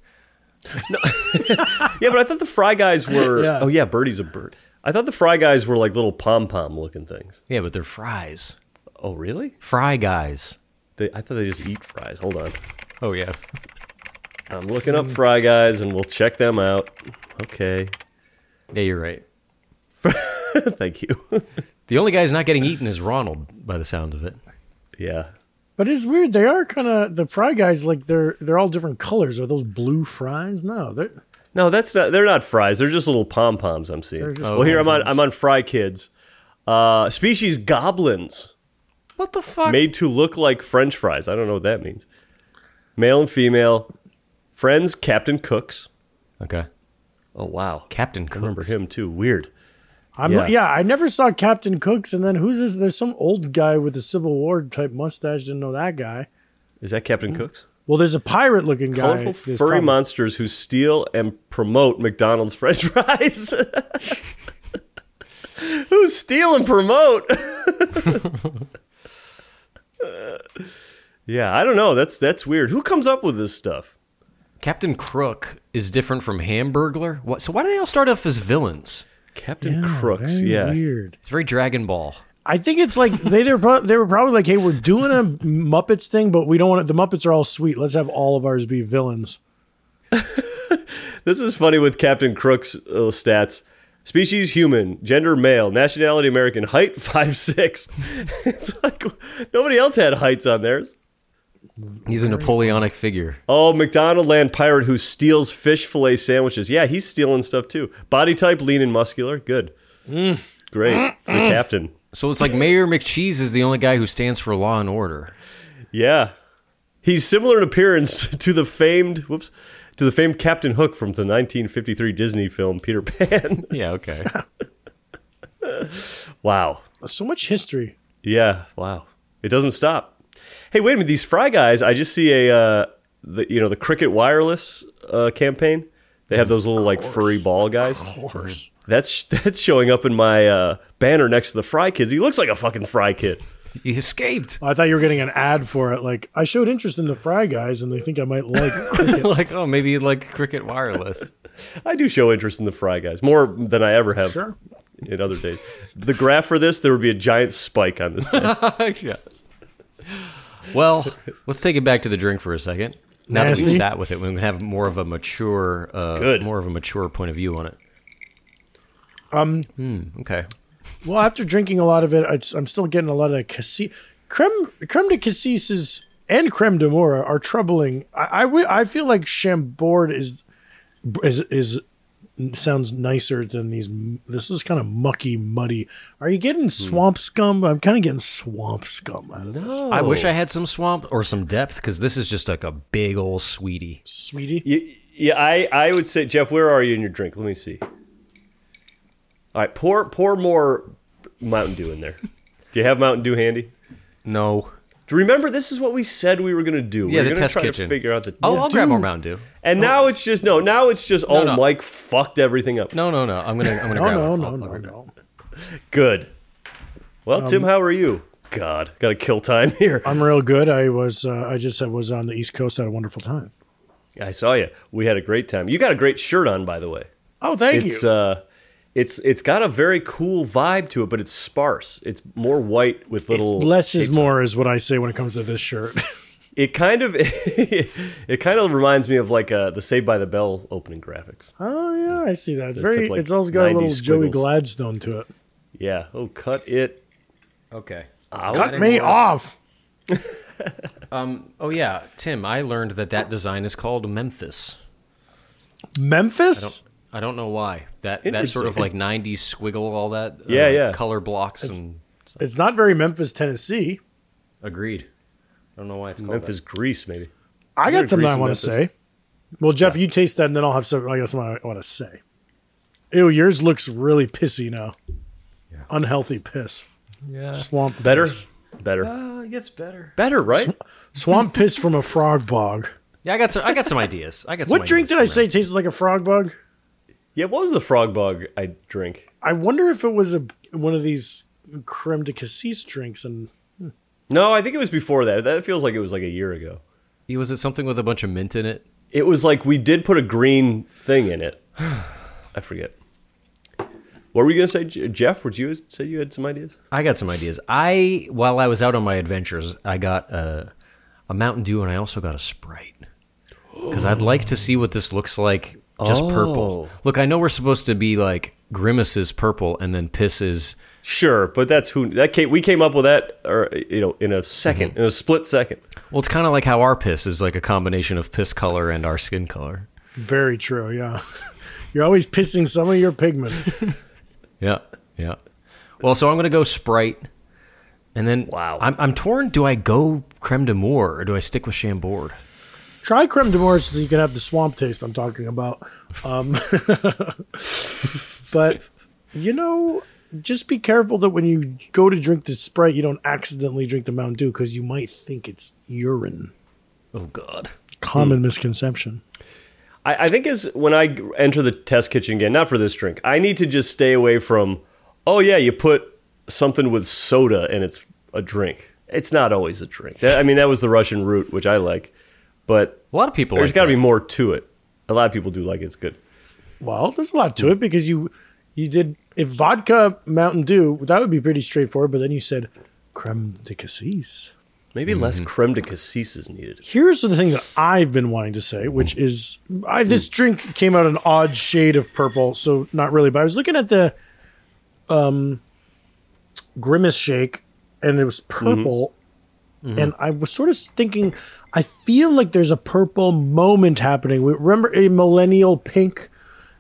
C: Yeah, but I thought the Fry Guys were.
B: Yeah.
C: Oh yeah, Birdie's a bird. I thought the Fry Guys were like little pom pom looking things.
A: Yeah, but they're fries.
C: Oh really?
A: Fry guys.
C: They, I thought they just eat fries. Hold on,
A: Oh yeah.
C: I'm looking up Fry Guys and we'll check them out. Okay,
A: Yeah, you're right.
C: thank you.
A: The only guy's not getting eaten is Ronald, by the sound of it.
C: yeah,
B: But it's weird. They are kind of the fry guys. Like they're they're all different colors. Are those blue fries? No, they're
C: no, that's not. They're not fries. They're just little pom poms. I'm seeing.
B: just
C: Well, here I'm on. I'm on Fry Kids. Uh, species goblins.
A: What the fuck?
C: made to look like french fries. I don't know what that means. Male and female. Friends, Captain Cooks.
A: Okay.
C: Oh, wow.
A: Captain
C: I remember
A: Cooks.
C: him too. Weird.
B: I'm
C: Yeah.
B: yeah. I never saw Captain Cooks. And then who's this? There's some old guy with a Civil War type mustache. Didn't know that guy.
C: Is that
A: Hmm.
C: Captain Cooks?
B: Well, there's a pirate looking guy.
C: Colorful
B: There's
C: furry
B: probably-
C: monsters who steal and promote McDonald's french fries. who steal and promote? yeah, I don't know. That's that's weird. Who comes up with this stuff?
A: Captain Crook is different from Hamburglar. What? So why do they all start off as villains?
C: Captain
B: Yeah,
C: Crooks.
B: very
C: Yeah.
B: Weird.
A: It's very Dragon Ball.
B: I think it's like they they were pro- they were probably like, hey, we're doing a Muppets thing, but we don't want it. The Muppets are all sweet. Let's have all of ours be villains.
C: This is funny with Captain Crook's uh, stats. Species human, gender male, nationality American, height five six. it's like nobody else had heights on theirs.
A: He's a Napoleonic figure.
C: Oh, McDonald Land pirate who steals fish fillet sandwiches. Yeah, he's stealing stuff too. Body type lean and muscular. Good. Great for captain.
A: So it's like Mayor McCheese is the only guy who stands for law and order.
C: Yeah. He's similar in appearance to the famed whoops to the famed Captain Hook from the 1953 Disney film Peter Pan.
A: Yeah, okay.
C: wow.
B: So much history.
C: Yeah, wow. It doesn't stop. Hey, wait a minute. These Fry guys, I just see a uh, the you know the Cricket Wireless uh, campaign. They have those little like furry ball guys. Of course. That's that's showing up in my uh, banner next to the Fry Kids. He looks like a fucking Fry Kid.
A: he escaped.
B: I thought you were getting an ad for it. Like I showed interest in the Fry Guys, and they think I might like. Cricket.
A: like, oh, maybe he'd like Cricket Wireless.
C: I do show interest in the Fry guys more than I ever have in other days. The graph for this, there would be a giant spike on this. thing.
A: yeah. Well, let's take it back to the drink for a second. Now that we've
B: Nasty.
A: sat with it, we can have more of a mature, uh,
C: good.
A: more of a mature point of view on it. Um. okay.
B: well, after drinking a lot of it, it's, I'm still getting a lot of cassis. Creme creme de cassis and creme de mora are troubling. I I wi- I feel like Chambord is is is sounds nicer than these. This is kind of mucky, muddy. Are you getting swamp scum? I'm kind of getting swamp scum out of this,
A: I wish I had some swamp or some depth because this is just like a big old sweetie.
B: sweetie.
C: Y- yeah, I, I would say, Jeff, where are you in your drink? Let me see. All right, pour pour more Mountain Dew in there. do you have Mountain Dew handy?
A: No.
C: Do you Remember, this is what we said we were going to do. we
A: yeah,
C: were
A: the
C: gonna
A: test
C: try
A: kitchen.
C: To figure out the.
A: Oh, I'll grab more Mountain Dew.
C: and now it's just no. Now it's just oh,
A: no.
C: Mike fucked everything up.
A: No, no, no. I'm gonna. I'm gonna grab.
B: No,
A: one.
B: no,
A: I'll- I'll
B: no, no,
A: grab it.
B: no.
C: Good. Well, Tim, how are you? God, got to kill time here.
B: I'm real good. I was. Uh, I just was on the East Coast. Had a wonderful time.
C: I saw you. We had a great time. You got a great shirt on, by the way.
B: Oh, thank
C: it's
B: you.
C: uh, it's it's got a very cool vibe to it, but it's sparse. It's more white with little
B: It's less is more is what I say when it comes to this shirt.
C: It kind of it kind of reminds me of like uh, the Saved by the Bell opening graphics.
B: oh yeah, I see that. It's
C: There's
B: very.
C: like
B: it's also got a
C: 90
B: little Joey
C: squiggles.
B: Gladstone to it.
C: Yeah. Oh, cut it.
A: Okay.
C: Out.
B: Cut me off.
A: Oh yeah, Tim. I learned that that design is called Memphis.
B: Memphis.
A: I don't know why that that sort of like '90s squiggle, all that. uh,
C: Yeah, yeah.
A: Color blocks and
B: It's not very Memphis, Tennessee.
A: agreed. I don't know why it's called
C: Memphis, Greece, maybe.
B: I
C: You're
B: got something I
C: greasing
B: want to
C: Memphis.
B: say. Well, Jeff, you taste that, and then I'll have some. I got something I want to say. Ew, yours looks really pissy now. Unhealthy piss. Yeah. Swamp
C: Better,
B: piss.
C: better,
A: That. Uh, it gets better.
C: better, right?
B: Swamp piss from a frog bog.
A: Yeah, I got some. I got some ideas. I got. Some
B: What drink
A: ideas
B: did
A: for
B: I
A: Memphis.
B: say tasted like a frog bug?
C: Yeah. What was the frog bog I drink?
B: I wonder if it was a one of these creme de cassis drinks and
C: No, I think it was before that. That feels like it was like a year ago.
A: He was it something with a bunch of mint in it?
C: It was like we did put a green thing in it. I forget. What were you gonna say, J- Jeff? Would you say you had some ideas?
A: I got some ideas. I while I was out on my adventures, I got a, a Mountain Dew and I also got a Sprite because I'd like to see what this looks like. Just
B: Oh.
A: purple. Look, I know we're supposed to be like grimaces purple and then pisses.
C: Sure, but that's who that came, we came up with that, or you know, in a 2nd
A: Mm-hmm.
C: in a split second.
A: Well, it's kind of like how our piss is like a combination of piss color and our skin color.
B: Very true. Yeah. You're always pissing some of your pigment.
A: Yeah, yeah. Well, so I'm gonna go Sprite, and then
C: Wow.
A: I'm, I'm torn. Do I go creme de Moore or do I stick with Chambord?
B: Try creme de menthe so that you can have the swamp taste I'm talking about. Um, but you know, just be careful that when you go to drink this Sprite, you don't accidentally drink the Mountain Dew because you might think it's urine.
A: Oh God.
B: Common misconception.
C: I, I think is when I g- enter the test kitchen again, not for this drink. I need to just stay away from. Oh yeah, you put something with soda and it's a drink. It's not always a drink. That, I mean, that was the Russian root, which I like, but
A: A lot of people.
C: there's
A: like
C: got to
A: that.
C: be more to it. A lot of people do like it. it's good.
B: Well, there's a lot to it because you you did if vodka Mountain Dew that would be pretty straightforward, but then you said creme de cassis.
C: Maybe
A: Mm-hmm.
C: less creme de cassis is needed.
B: Here's the thing that I've been wanting to say, which is I, this drink came out an odd shade of purple, so not really. But I was looking at the um, Grimace Shake, and it was purple,
A: Mm-hmm.
B: and I was sort of thinking, I feel like there's a purple moment happening. We- Remember a millennial pink,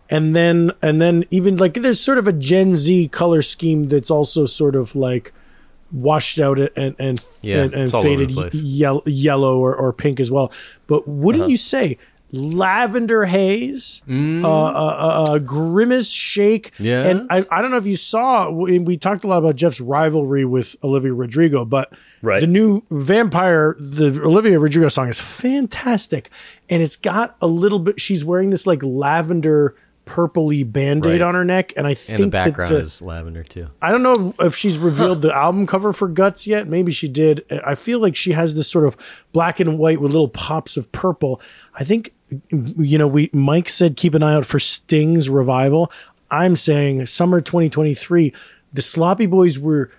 B: and then and then even like there's sort of a Gen Z color scheme that's also sort of like washed out and and
A: Yeah,
B: and, and
A: it's all over the
B: faded
A: place. Uh-huh.
B: yellow, yellow or, or pink as well. But wouldn't you say lavender haze, uh, uh, uh, uh, grimace shake?
A: Mm. Yes.
B: And I, I don't know if you saw, we we talked a lot about Jeff's rivalry with Olivia Rodrigo, but
C: Right.
B: the new Vampire, the Olivia Rodrigo song is fantastic. And it's got a little bit, she's wearing this like lavender purpley band
A: Right.
B: aid on her neck. And I
A: And
B: think
A: the background
B: that the,
A: is lavender too.
B: I don't know if she's revealed the album cover for Guts yet. Maybe she did. I feel like she has this sort of black and white with little pops of purple. I think you know we Mike said keep an eye out for Sting's revival. I'm saying summer 2023. The Sloppy Boys were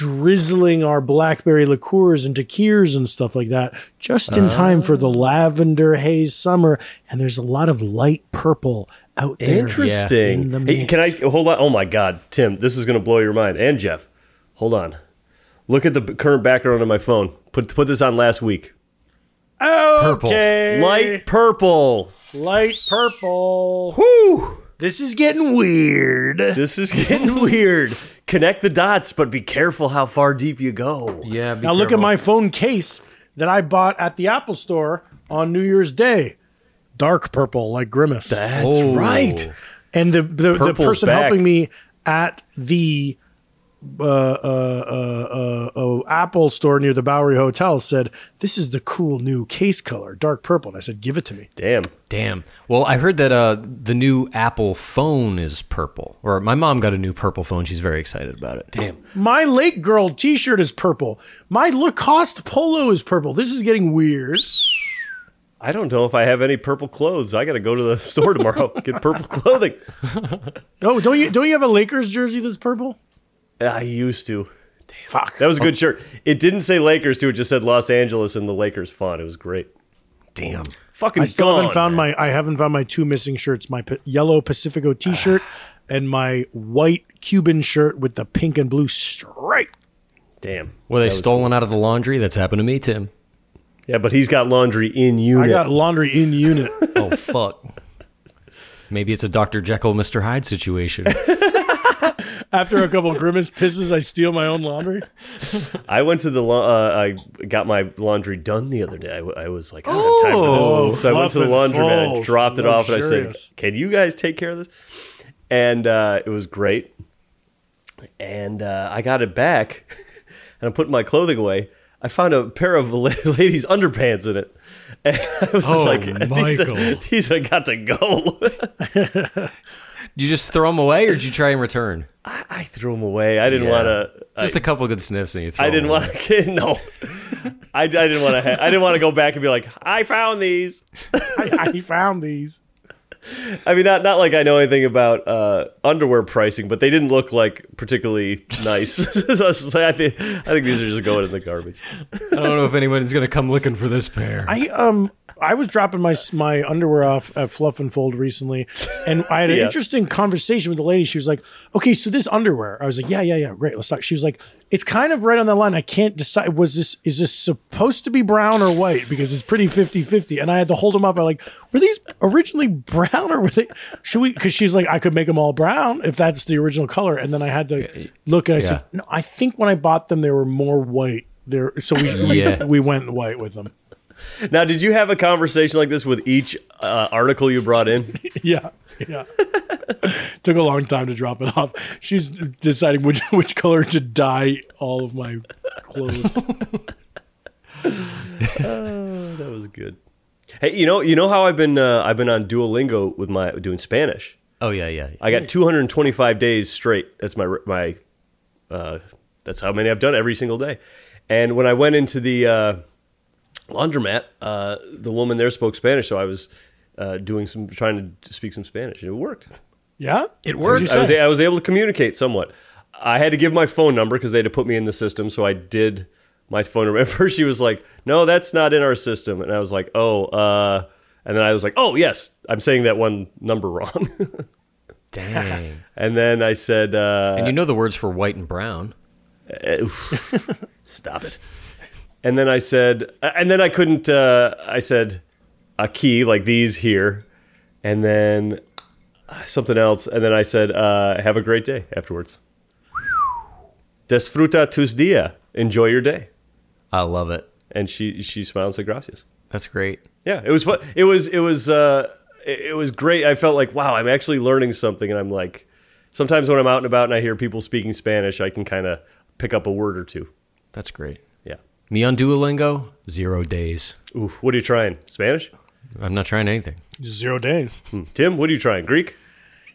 B: drizzling our blackberry liqueurs and tequilas and stuff like that just in time for the lavender haze summer. And there's a lot of light purple out there.
C: Interesting.
B: in the
C: Hey, can I
B: mix.
C: hold on? Oh my God, Tim, this is going to blow your mind. And Jeff, hold on. Look at the b- current background on my phone. Put put this on last week.
A: Purple.
B: Okay.
C: Light purple.
B: Light purple.
C: Woo!
B: This is getting weird.
C: This is getting weird. Connect the dots, but be careful how far deep you go.
A: Yeah. be
B: Now look at
A: careful.
B: my phone case that I bought at the Apple store on New Year's Day. Dark purple, like Grimace.
C: That's
A: Oh.
C: right.
B: and the the, the
C: Purple's
B: person
C: back.
B: helping me at the uh, uh, uh, uh, uh, Apple store near the Bowery Hotel said, "This is the cool new case color, dark purple." And I said, "Give it to me."
C: Damn.
A: Damn. Well, I heard that uh, the new Apple phone is purple. Or my mom got a new purple phone. She's very excited about it. Damn.
B: My Lake Girl T-shirt is purple. My Lacoste polo is purple. This is getting weird.
C: I don't know if I have any purple clothes. I got to go to the store tomorrow get purple clothing.
B: Oh, don't you don't you have a Lakers jersey that's purple?
C: I used to. Damn. Fuck. That was a good shirt. It didn't say Lakers too. It just said Los Angeles and the Lakers font. It was great.
A: Damn.
C: Fucking
B: I still
C: gone.
B: haven't found my I haven't found my two missing shirts. My p- yellow Pacifico T-shirt and my white Cuban shirt with the pink and blue stripe.
C: Damn.
A: Were they stolen out of the laundry? That's happened to me, Tim.
C: Yeah, but he's got laundry in unit.
B: I got laundry in unit.
A: Oh fuck. Maybe it's a Dr. Jekyll, Mr. Hyde situation.
B: After a couple of grimace pisses, I steal my own laundry.
C: I went to the la- uh, I got my laundry done the other day. I, w- I was like, I don't have time for
B: Oh,
C: this. So I went to the
B: fluff and
C: laundromat, I
B: fold.
C: dropped it off, and I said,
B: Luxurious.
C: "Can you guys take care of this?" And uh, it was great. And uh, I got it back, and I'm putting my clothing away. I found a pair of la- ladies' underpants in it. And I was just
B: Oh,
C: like,
B: Michael.
C: These, these I got to go.
A: you just throw them away, or did you try and return?
C: I threw them away. I didn't
A: Yeah.
C: want to.
A: Just a couple good sniffs, and you. Throw
C: I didn't
A: 'em
C: want
A: away.
C: to. No, I, I didn't want to. Ha- I didn't want to go back and be like, I found these.
B: I, I found these.
C: I mean, not not like I know anything about uh, underwear pricing, but they didn't look like particularly nice. so I, was just like, I think I think these are just going in the garbage.
A: I don't know if anyone's going to come looking for this pair.
B: I um I was dropping my my underwear off at Fluff and Fold recently, and I had an
C: Yeah.
B: interesting conversation with the lady. She was like, "Okay, so this underwear." I was like, "Yeah, yeah, yeah, great. Let's talk." She was like, "It's kind of right on the line. I can't decide. Was this is this supposed to be brown or white? Because it's pretty 50-50. And I had to hold them up. I like, were these originally brown or were they? Should we? Because she's like, I could make them all brown if that's the original color. And then I had to look and I said, "No, I think when I bought them, they were more white." There, so we we,
A: Yeah.
B: we went white with them.
C: Now, did you have a conversation like this with each uh, article you brought in?
B: Yeah, yeah. Took a long time to drop it off. She's deciding which which color to dye all of my clothes.
C: That was good. Hey, you know, you know how I've been uh, I've been on Duolingo with my doing Spanish.
A: oh yeah, yeah.
C: I got 225 days straight. That's my my. Uh, that's how many I've done every single day. And when I went into the uh, laundromat, uh, the woman there spoke Spanish, so I was uh, doing some trying to speak some Spanish, and it worked.
B: Yeah,
A: It worked.
B: What'd
C: I
B: you
C: was
B: say?
C: I was able to communicate somewhat. I had to give my phone number because they had to put me in the system, so I did my phone number. At first, she was like, "No, that's not in our system," and I was like, "Oh," uh, and then I was like, "Oh, yes, I'm saying that one number wrong."
A: Dang.
C: and then I said, uh,
A: and you know the words for white and brown.
C: Stop it. And then I said, and then I couldn't, uh, I said, a key, like these here. And then uh, something else. And then I said, uh, have a great day afterwards. Desfruta tus dia. Enjoy your day.
A: I love it.
C: And she, she smiled and said, gracias.
A: That's great.
C: Yeah, it was fun. It was, it was, uh, it it was great. I felt like, wow, I'm actually learning something. And I'm like, sometimes when I'm out and about and I hear people speaking Spanish, I can kind of pick up a word or two.
A: That's great.
C: Yeah.
A: Me on Duolingo, zero days.
C: Oof, what are you trying? Spanish?
A: I'm not trying anything.
B: Zero days.
C: Tim, what are you trying? Greek?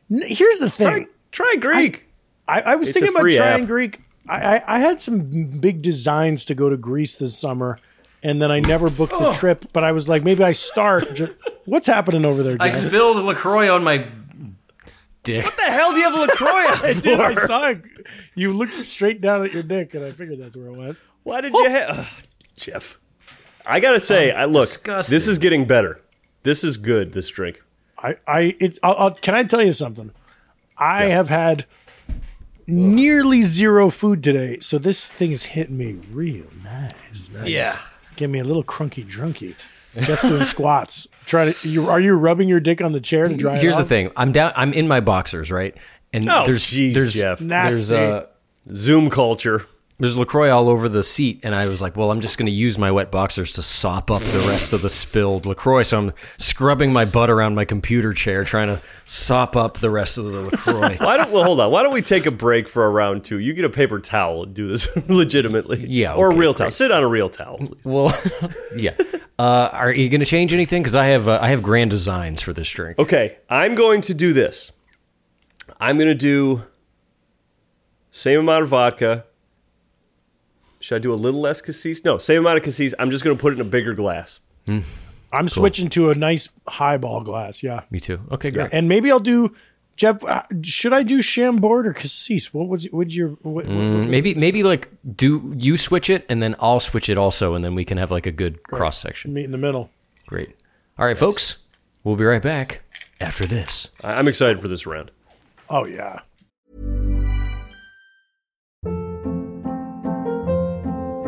B: N- Here's the
C: Try,
B: thing.
C: try Greek.
B: I, I was
C: It's
B: thinking
C: a
B: about
C: free
B: trying
C: app.
B: Greek. I, I, I had some big designs to go to Greece this summer, and then I never booked
C: Oh.
B: the trip. But I was like, maybe I start. ju- What's happening over there?
A: I
B: John?
A: spilled Lacroix on my dick.
C: the hell do you have LaCroix on
B: Dude, I saw it. you looked straight down at your dick, and I figured that's where it went.
C: Why did you have Ugh, Jeff? I gotta say, I look.
A: disgusted.
C: This is getting better. This is good. This drink.
B: I, I, it, I'll, I'll, can I tell you something? I have had nearly zero food today, so this thing is hitting me real nice. nice.
A: Yeah.
B: Give me a little crunky drunky. Jeff's doing squats. Try to. You, are you rubbing your dick on the chair to dry? it
A: Here's the
B: off?
A: thing. I'm down. I'm in my boxers, right? And
C: Oh,
A: there's
C: jeez,
A: there's
C: Jeff.
A: there's
B: Nasty.
A: uh,
C: Zoom culture.
A: there's Lacroix all over the seat, and I was like, well, I'm just going to use my wet boxers to sop up the rest of the spilled Lacroix. So I'm scrubbing my butt around my computer chair, trying to sop up the rest of the Lacroix.
C: Why don't? Well, hold on. Why don't we take a break for a round two? You get a paper towel. and Do this legitimately.
A: Yeah,
C: Or a
A: okay,
C: real
A: great.
C: towel. Sit on a real towel. Please.
A: well, yeah. Uh, are you going to change anything? Because I have uh, I have grand designs for this drink.
C: Okay. I'm going to do this. I'm going to do same amount of vodka. Should I do a little less cassis? No, same amount of cassis. I'm just going to put it in a bigger glass.
B: I'm switching to a nice highball glass. Yeah,
A: Me too. Okay, great.
B: and maybe I'll do. Jeff, uh, should I do Chambord or Cassis? What was what'd your what,
A: Mm, Maybe maybe like do you switch it and then I'll switch it also and then we can have like a good cross section.
B: meet in the middle?
A: Great. All right, folks. We'll be right back after this.
C: I- I'm excited for this round.
B: Oh yeah,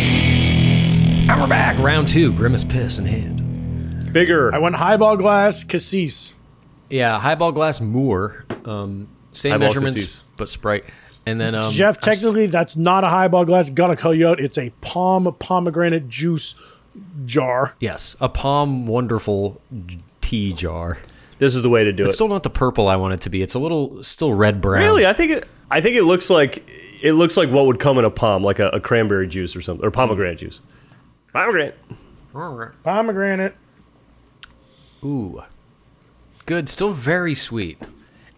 A: And we're back. Round two. Grimace piss in hand.
C: Bigger.
B: I went highball glass, cassis.
A: Yeah, highball glass Moor. Um, same
C: Highball
A: measurements,
C: cassis.
A: but Sprite. And then um,
B: Jeff, technically, that's not a highball glass. Gotta call you out. It's a palm pomegranate juice jar.
A: yes, a palm wonderful tea jar.
C: This is the way to do
A: It's
C: it.
A: still not the purple I want it to be. It's a little still red brown.
C: Really, I think it. I think it looks like it looks like what would come in a palm, like a, a cranberry juice or something, or pomegranate juice. Pomegranate.
B: Pomegranate.
A: Ooh, good. Still very sweet.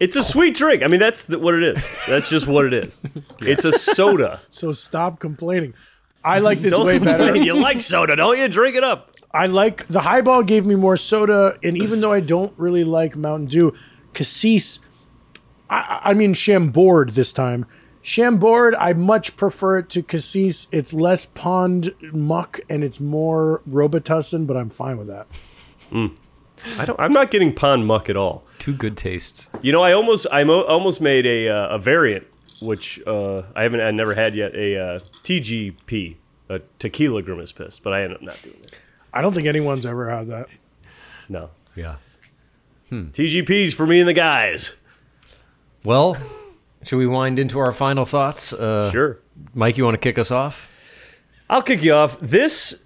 C: It's a sweet drink. I mean, that's th- what it is. That's just what it is. It's a soda.
B: So stop complaining. I like this
C: Don't
B: way better.
C: complain. You like soda, don't you? Drink it up.
B: I like the highball gave me more soda, and even though I don't really like Mountain Dew, Cassis, I, I mean Chambord this time. Chambord, I much prefer it to Cassis. It's less pond muck and it's more Robitussin, but I'm fine with that.
C: I don't. I'm not getting pond muck at all.
A: Two good tastes.
C: You know, I almost I mo- almost made a uh, a variant, which uh, I haven't I never had yet. A uh, TGP, a tequila grimace piss, but I ended up not doing it.
B: I don't think anyone's ever had that.
C: No
A: Yeah.
C: TGPs for me and the guys.
A: Well, should we wind into our final thoughts? Uh,
C: Sure.
A: Mike, you want to kick us off?
C: I'll kick you off. This,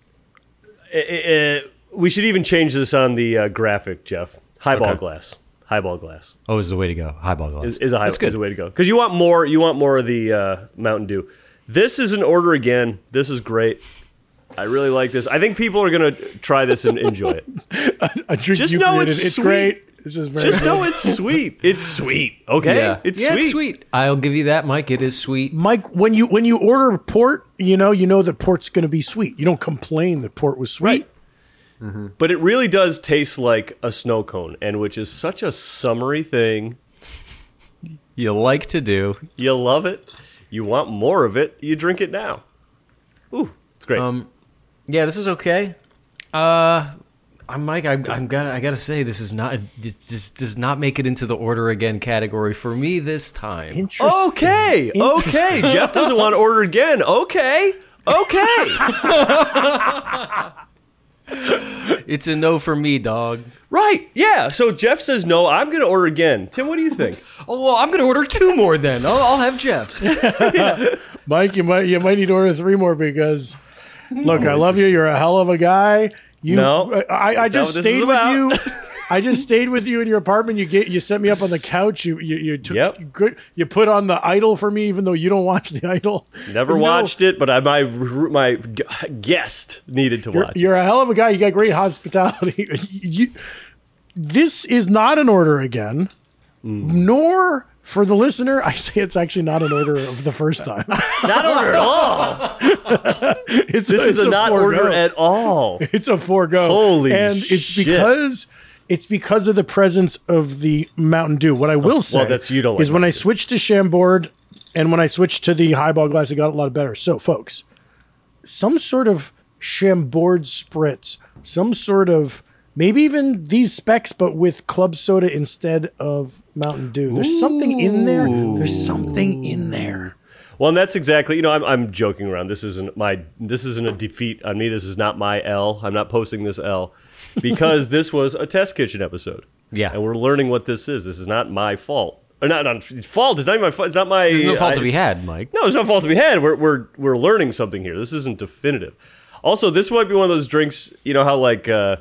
C: eh, eh, eh, we should even change this on the uh, graphic, Jeff. Highball
A: Okay.
C: glass. Highball glass
A: Oh, is the way to go. Highball glass
C: is, is a high,
A: That's good.
C: is a way to go because you want more. You want more of the uh, Mountain Dew. This is an order again. This is great. I really like this. I think people are gonna try this and enjoy it.
B: A drink
C: Just
B: you
C: know
B: created.
C: it's sweet.
B: great. This is very
C: Just
B: good.
C: know it's sweet. It's sweet. Okay,
A: Yeah,
C: it's
A: Yeah,
C: sweet.
A: I'll give you that, Mike. It is sweet.
B: Mike, when you when you order port, you know you know that port's going to be sweet. You don't complain that port was sweet.
C: Right. But it really does taste like a snow cone, and which is such a summery thing.
A: You like to do.
C: You love it. You want more of it. You drink it now. Ooh, it's great.
A: Yeah, this is okay. Uh, I'm Mike. I'm, I'm gotta. I gotta say, this is not. This, this does not make it into the order again category for me this time.
B: Interesting.
C: Oh, okay, okay. Jeff doesn't want to order again. Okay, okay.
A: It's a no for me, dog.
C: right, yeah. So Jeff says no. I'm going to order again. Tim, what do you think?
A: Oh well, I'm gonna order two more then. I'll, I'll have Jeff's.
B: Mike, you might you might need to order three more because look, I love you. You're a hell of a guy. You,
C: No.
B: I, I, I
C: Is that
B: just
C: what this
B: stayed
C: is
B: with
C: about?
B: you. I just stayed with you in your apartment. You get you set me up on the couch. You you you took
C: Yep.
B: good. You put on the Idol for me, even though you don't watch the Idol.
C: Never
B: No.
C: watched it, but I, my my g- guest needed to
B: You're,
C: watch. it.
B: you're a hell of a guy. You got great hospitality. you, this is not an order again, nor for the listener. I say it's actually not an order of the first time.
C: not order at all.
B: It's
C: This
B: it's
C: is a not
B: forego.
C: order at all.
B: It's a forego.
C: Holy
B: and it's
C: shit.
B: because it's because of the presence of the Mountain Dew. What I will say
C: that's- you don't like
B: is when
C: Mountain
B: I
C: Dew.
B: switched to Chambord and when I switched to the highball glass, it got a lot better. So, folks, some sort of Chambord spritz, some sort of maybe even these specs, but with club soda instead of Mountain Dew. There's something in there. There's something in there.
C: Well, and that's exactly. You know, I'm, I'm joking around. This isn't my. This isn't a defeat on me. This is not my L. I'm not posting this L. because this was a test kitchen episode.
A: Yeah.
C: And we're learning what this is. This is not my fault. Or not, not fault. It's not even my fault. It's not my.
A: There's no fault
C: I-
A: to be had, Mike.
C: No, it's not fault to be had. We're, we're, we're learning something here. This isn't definitive. Also, this might be one of those drinks, you know, how like, uh,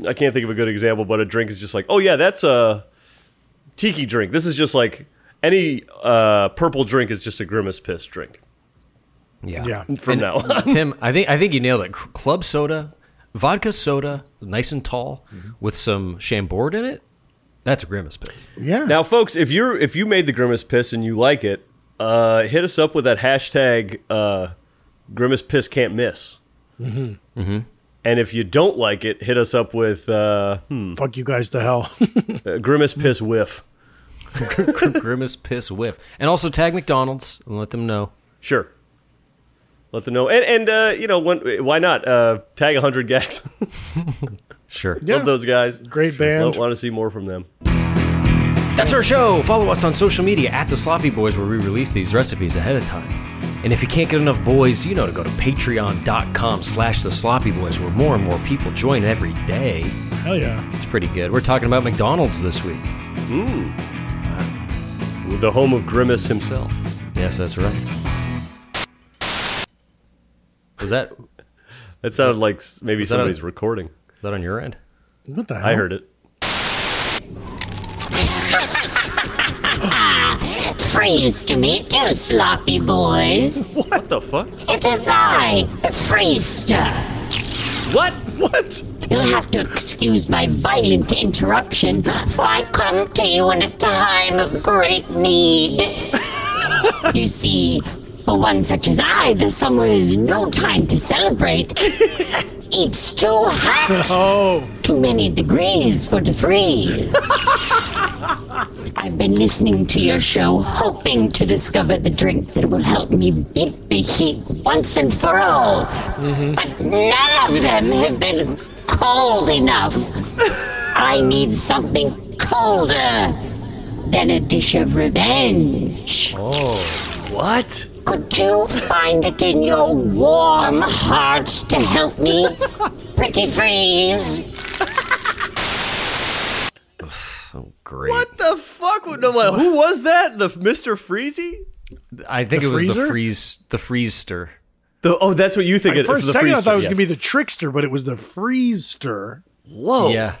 C: I can't think of a good example, but a drink is just like, oh, yeah, that's a tiki drink. This is just like any uh, purple drink is just a grimace piss drink.
A: Yeah.
C: Yeah. From now
A: now
C: on.
A: Tim, I think I think you nailed it. C- Club soda, vodka soda, nice and tall, with some Chambord in it. That's a grimace piss.
B: Yeah.
C: Now, folks, if you're if you made the grimace piss and you like it, uh, hit us up with that hashtag uh, grimace piss can't miss. Mm-hmm.
B: Mhm.
A: Mhm.
C: And if you don't like it, hit us up with uh, hmm,
B: Fuck you guys to hell.
C: uh, grimace
B: Hmm.
C: piss whiff.
A: grimace piss whiff, and also tag McDonald's and let them know.
C: Sure. Let them know. And and uh, you know when, why not uh, tag hundred gags?
A: Sure.
C: Love those guys. Great
A: band.
C: Want to see more from them.
A: That's our show. Follow us on social media at The Sloppy Boys, where we release these recipes ahead of time. And if you can't get enough boys, you know to go to patreon.com slash The Sloppy Boys, where more and more people join every day.
B: Hell yeah.
A: It's pretty good. We're talking about McDonald's this week.
C: Mm. The home of Grimace himself.
A: Yes, that's right. Was that?
C: That sounded like s- maybe
A: Was that on-
C: somebody's recording.
A: Is that on your end?
B: What the
C: I
B: hell?
C: heard it.
F: Freeze to meet you, sloppy boys.
C: What the fuck?
F: It is I, the Freester.
C: What?
B: What?
F: You'll have to excuse my violent interruption, for I come to you in a time of great need. you see, for one such as I, the summer is no time to celebrate. it's too hot. Too many degrees for to freeze. I've been listening to your show, hoping to discover the drink that will help me beat the heat once and for all.
C: Mm-hmm.
F: But none of them have been cold enough. I need something colder than a dish of revenge.
C: Oh, what?
F: Could you find it in your warm hearts to help me? Pretty freeze.
A: Oh, great.
C: What the fuck? What- No, what, who was that? The Mister Freezy?
A: I think
C: The
A: it was
C: freezer?
A: the freeze, the freester.
C: The, oh, that's what you think.
B: Like, for a second, I thought it was going to be the trickster, but it was the freester. Oh.
C: Whoa.
A: Yeah.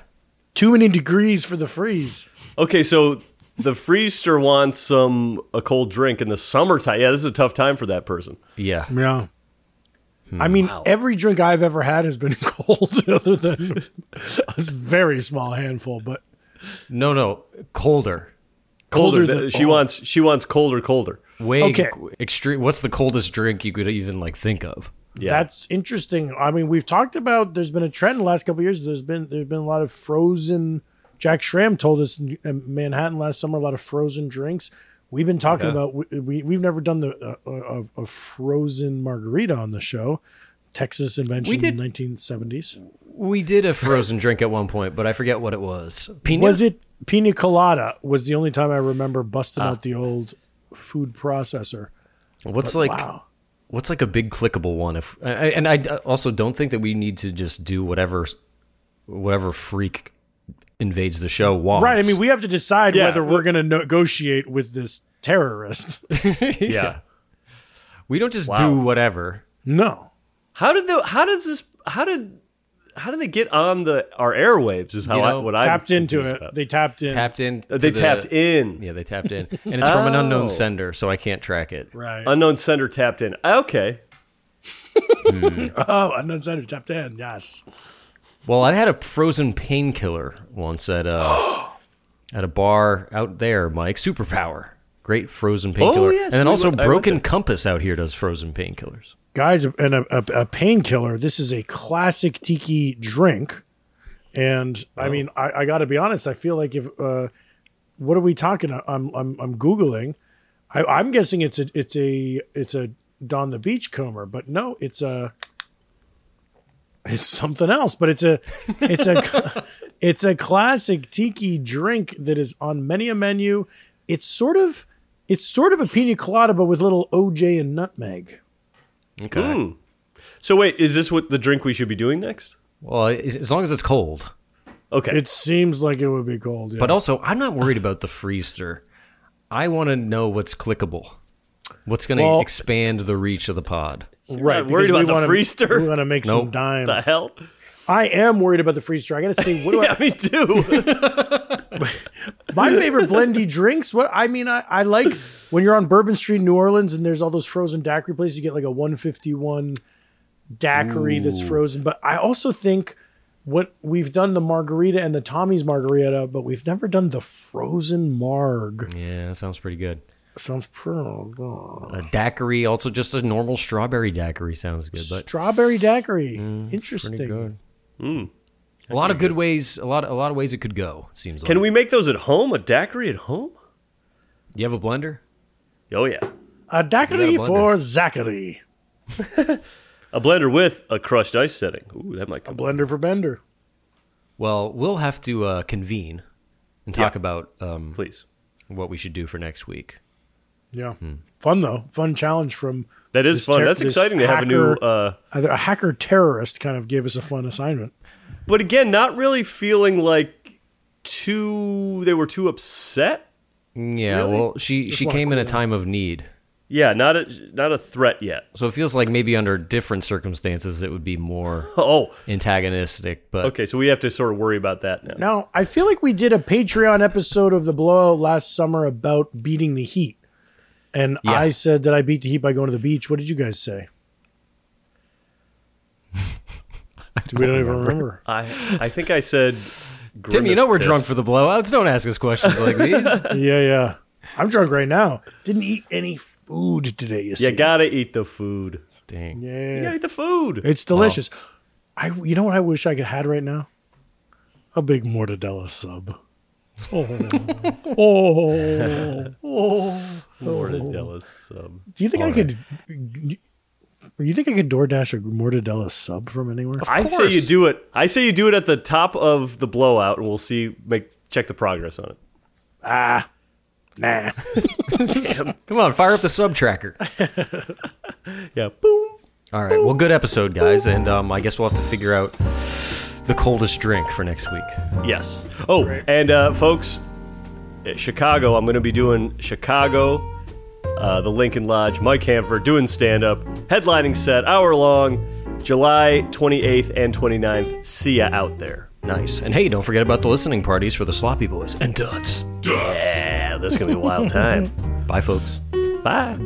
B: Too many degrees for the freeze.
C: Okay, so the freester wants some a cold drink in the summertime. Yeah, this is a tough time for that person.
A: Yeah.
B: Yeah. Hmm. I mean, every drink I've ever had has been cold, other than a very small handful. But
A: No, no, colder.
C: Colder.
B: Colder than-
C: she wants. She wants colder. Colder.
A: Way
B: Okay.
A: extreme. What's the coldest drink you could even like think of?
B: that's interesting. I mean, we've talked about. There's been a trend in the last couple of years. There's been there's been a lot of frozen. Jack Schramm told us in in Manhattan last summer a lot of frozen drinks. We've been talking
C: Yeah.
B: about we, we we've never done the uh, uh, a, a frozen margarita on the show. Texas invention
A: We did-
B: in the 1970s.
A: We did a frozen drink at one point, but I forget what it was. Pina?
B: Was it pina colada? Was the only time I remember busting out the old food processor.
A: What's
B: But
A: like?
B: wow.
A: What's like a big clickable one? If I- I- and I d- also don't think that we need to just do whatever, whatever freak invades the show wants.
B: Right. I mean, we have to decide
A: Yeah.
B: whether we're going to negotiate with this terrorist.
C: Yeah.
A: we don't just
C: Wow.
A: do whatever.
B: No.
C: How did the? How does this? How did? How did they get on the our airwaves? Is how
A: You
C: I,
A: know,
C: what I Uh,
B: tapped into it. They tapped in.
A: Tapped in.
C: They
A: to
C: tapped in.
A: Yeah, they tapped in, and it's from an
C: Oh.
A: unknown sender, so I can't track it.
B: Right.
C: Unknown sender tapped in. Uh, Okay.
B: oh, unknown center tapped in. Yes.
A: Well, I had a frozen painkiller once at a at a bar out there, Mike. Superpower, great frozen painkiller,
B: Oh, yes,
A: and then
B: we
A: also
B: went- I went
A: Broken Compass out here does frozen painkillers.
B: Guys, and a, a, a painkiller. This is a classic tiki drink. And I mean, I, I got to be honest. I feel like if, uh, what are we talking? uh, I'm, I'm, I'm Googling. I, I'm guessing it's a, it's a, it's a Don the Beachcomber, but no, it's a, it's something else, but it's a, it's a, it's a classic tiki drink that is on many a menu. It's sort of, it's sort of a pina colada, but with little OJ and nutmeg.
A: Okay. Mm.
C: So wait, is this what the drink we should be doing next?
A: Well, as as long as it's cold.
C: Okay.
B: It seems like it would be cold. Yeah.
A: But also, I'm not worried about the freester. I want to know what's clickable. What's going to
B: Well-
A: expand the reach of the pod?
B: right,
C: worried
B: because we
C: about the
B: wanna-
C: freester?
B: We want to make some
A: Nope.
B: dime.
C: The hell?
B: I am worried about the freester. I got to say, what do
C: Yeah,
B: I?
C: me too.
B: My favorite blendy drinks. What I mean, I, I like when you're on Bourbon Street, New Orleans, and there's all those frozen daiquiri places. You get like a 151 daiquiri that's frozen. But I also think what we've done the margarita and the Tommy's margarita, but we've never done the frozen marg.
A: Yeah, that sounds pretty good.
B: Sounds pretty good.
A: A daiquiri, also just a normal strawberry daiquiri sounds good. But Mm,
B: Strawberry daiquiri.
A: pretty
B: Interesting.
A: good. A lot of good ways. A lot. A lot of ways it could go. it Seems like.
C: Can we make those at home? A daiquiri at home?
A: You have a blender.
C: Oh yeah.
B: A daiquiri
A: You got a blender.
B: for Zachary.
C: A blender with a crushed ice setting. Ooh, that might
B: A
C: come.
B: blender for Bender.
A: Well, we'll have to uh, convene and talk about um,
C: Please.
A: what we should do for next week.
B: Yeah. Fun though. Fun challenge from
C: Hmm. That is
B: this
C: fun.
B: ter-
C: That's
B: this
C: exciting to have a new
B: hacker-
C: uh
B: either a hacker terrorist kind of gave us a fun assignment.
C: but again, not really feeling like too they were too upset.
A: Yeah. Well, she she
B: wanna
A: came in
B: cool
A: a time of need,
C: Yeah, not a not a threat yet.
A: so it feels like maybe under different circumstances it would be more
C: Oh,
A: antagonistic. But
C: okay. So we have to sort of worry about that now.
B: Now, I feel like we did a Patreon episode of the blowout last summer about beating the heat. And
A: Yeah.
B: I said that I beat the heat by going to the beach. What did you guys say? we don't even remember.
C: I I think I said.
A: Tim, you know we're drunk for
C: the.
A: the blowouts. Don't ask us questions like these.
B: yeah, yeah. I'm drunk right now. Didn't eat any food today, you
C: You
B: see.
C: gotta eat the food.
A: Dang.
C: You gotta
B: yeah.
C: eat the food.
B: It's delicious. I you know what I wish I could had right now? A big mortadella sub. Oh. oh.
C: Mortadella's sub.
B: Do you think I could? You think I could DoorDash a mortadella sub from anywhere?
C: I say you do it. I say you do it at the top of the blowout, and we'll see. Make check the progress on it.
B: Nah.
A: Come on, fire up the sub tracker.
C: Yeah. Boom.
A: All right. Well, good episode, guys, and um, I guess we'll have to figure out the coldest drink for next week.
C: Yes. Oh, and uh, folks, uh, Chicago. I'm gonna be doing Chicago. Uh, the Lincoln Lodge, Mike Hanford doing stand up, headlining set, hour long, July 28th and 29th. See ya out there.
A: Nice. And hey, don't forget about the listening parties for the Sloppy Boys and Duds.
C: Yeah, this is going to be a wild time.
A: Bye, folks.
C: Bye.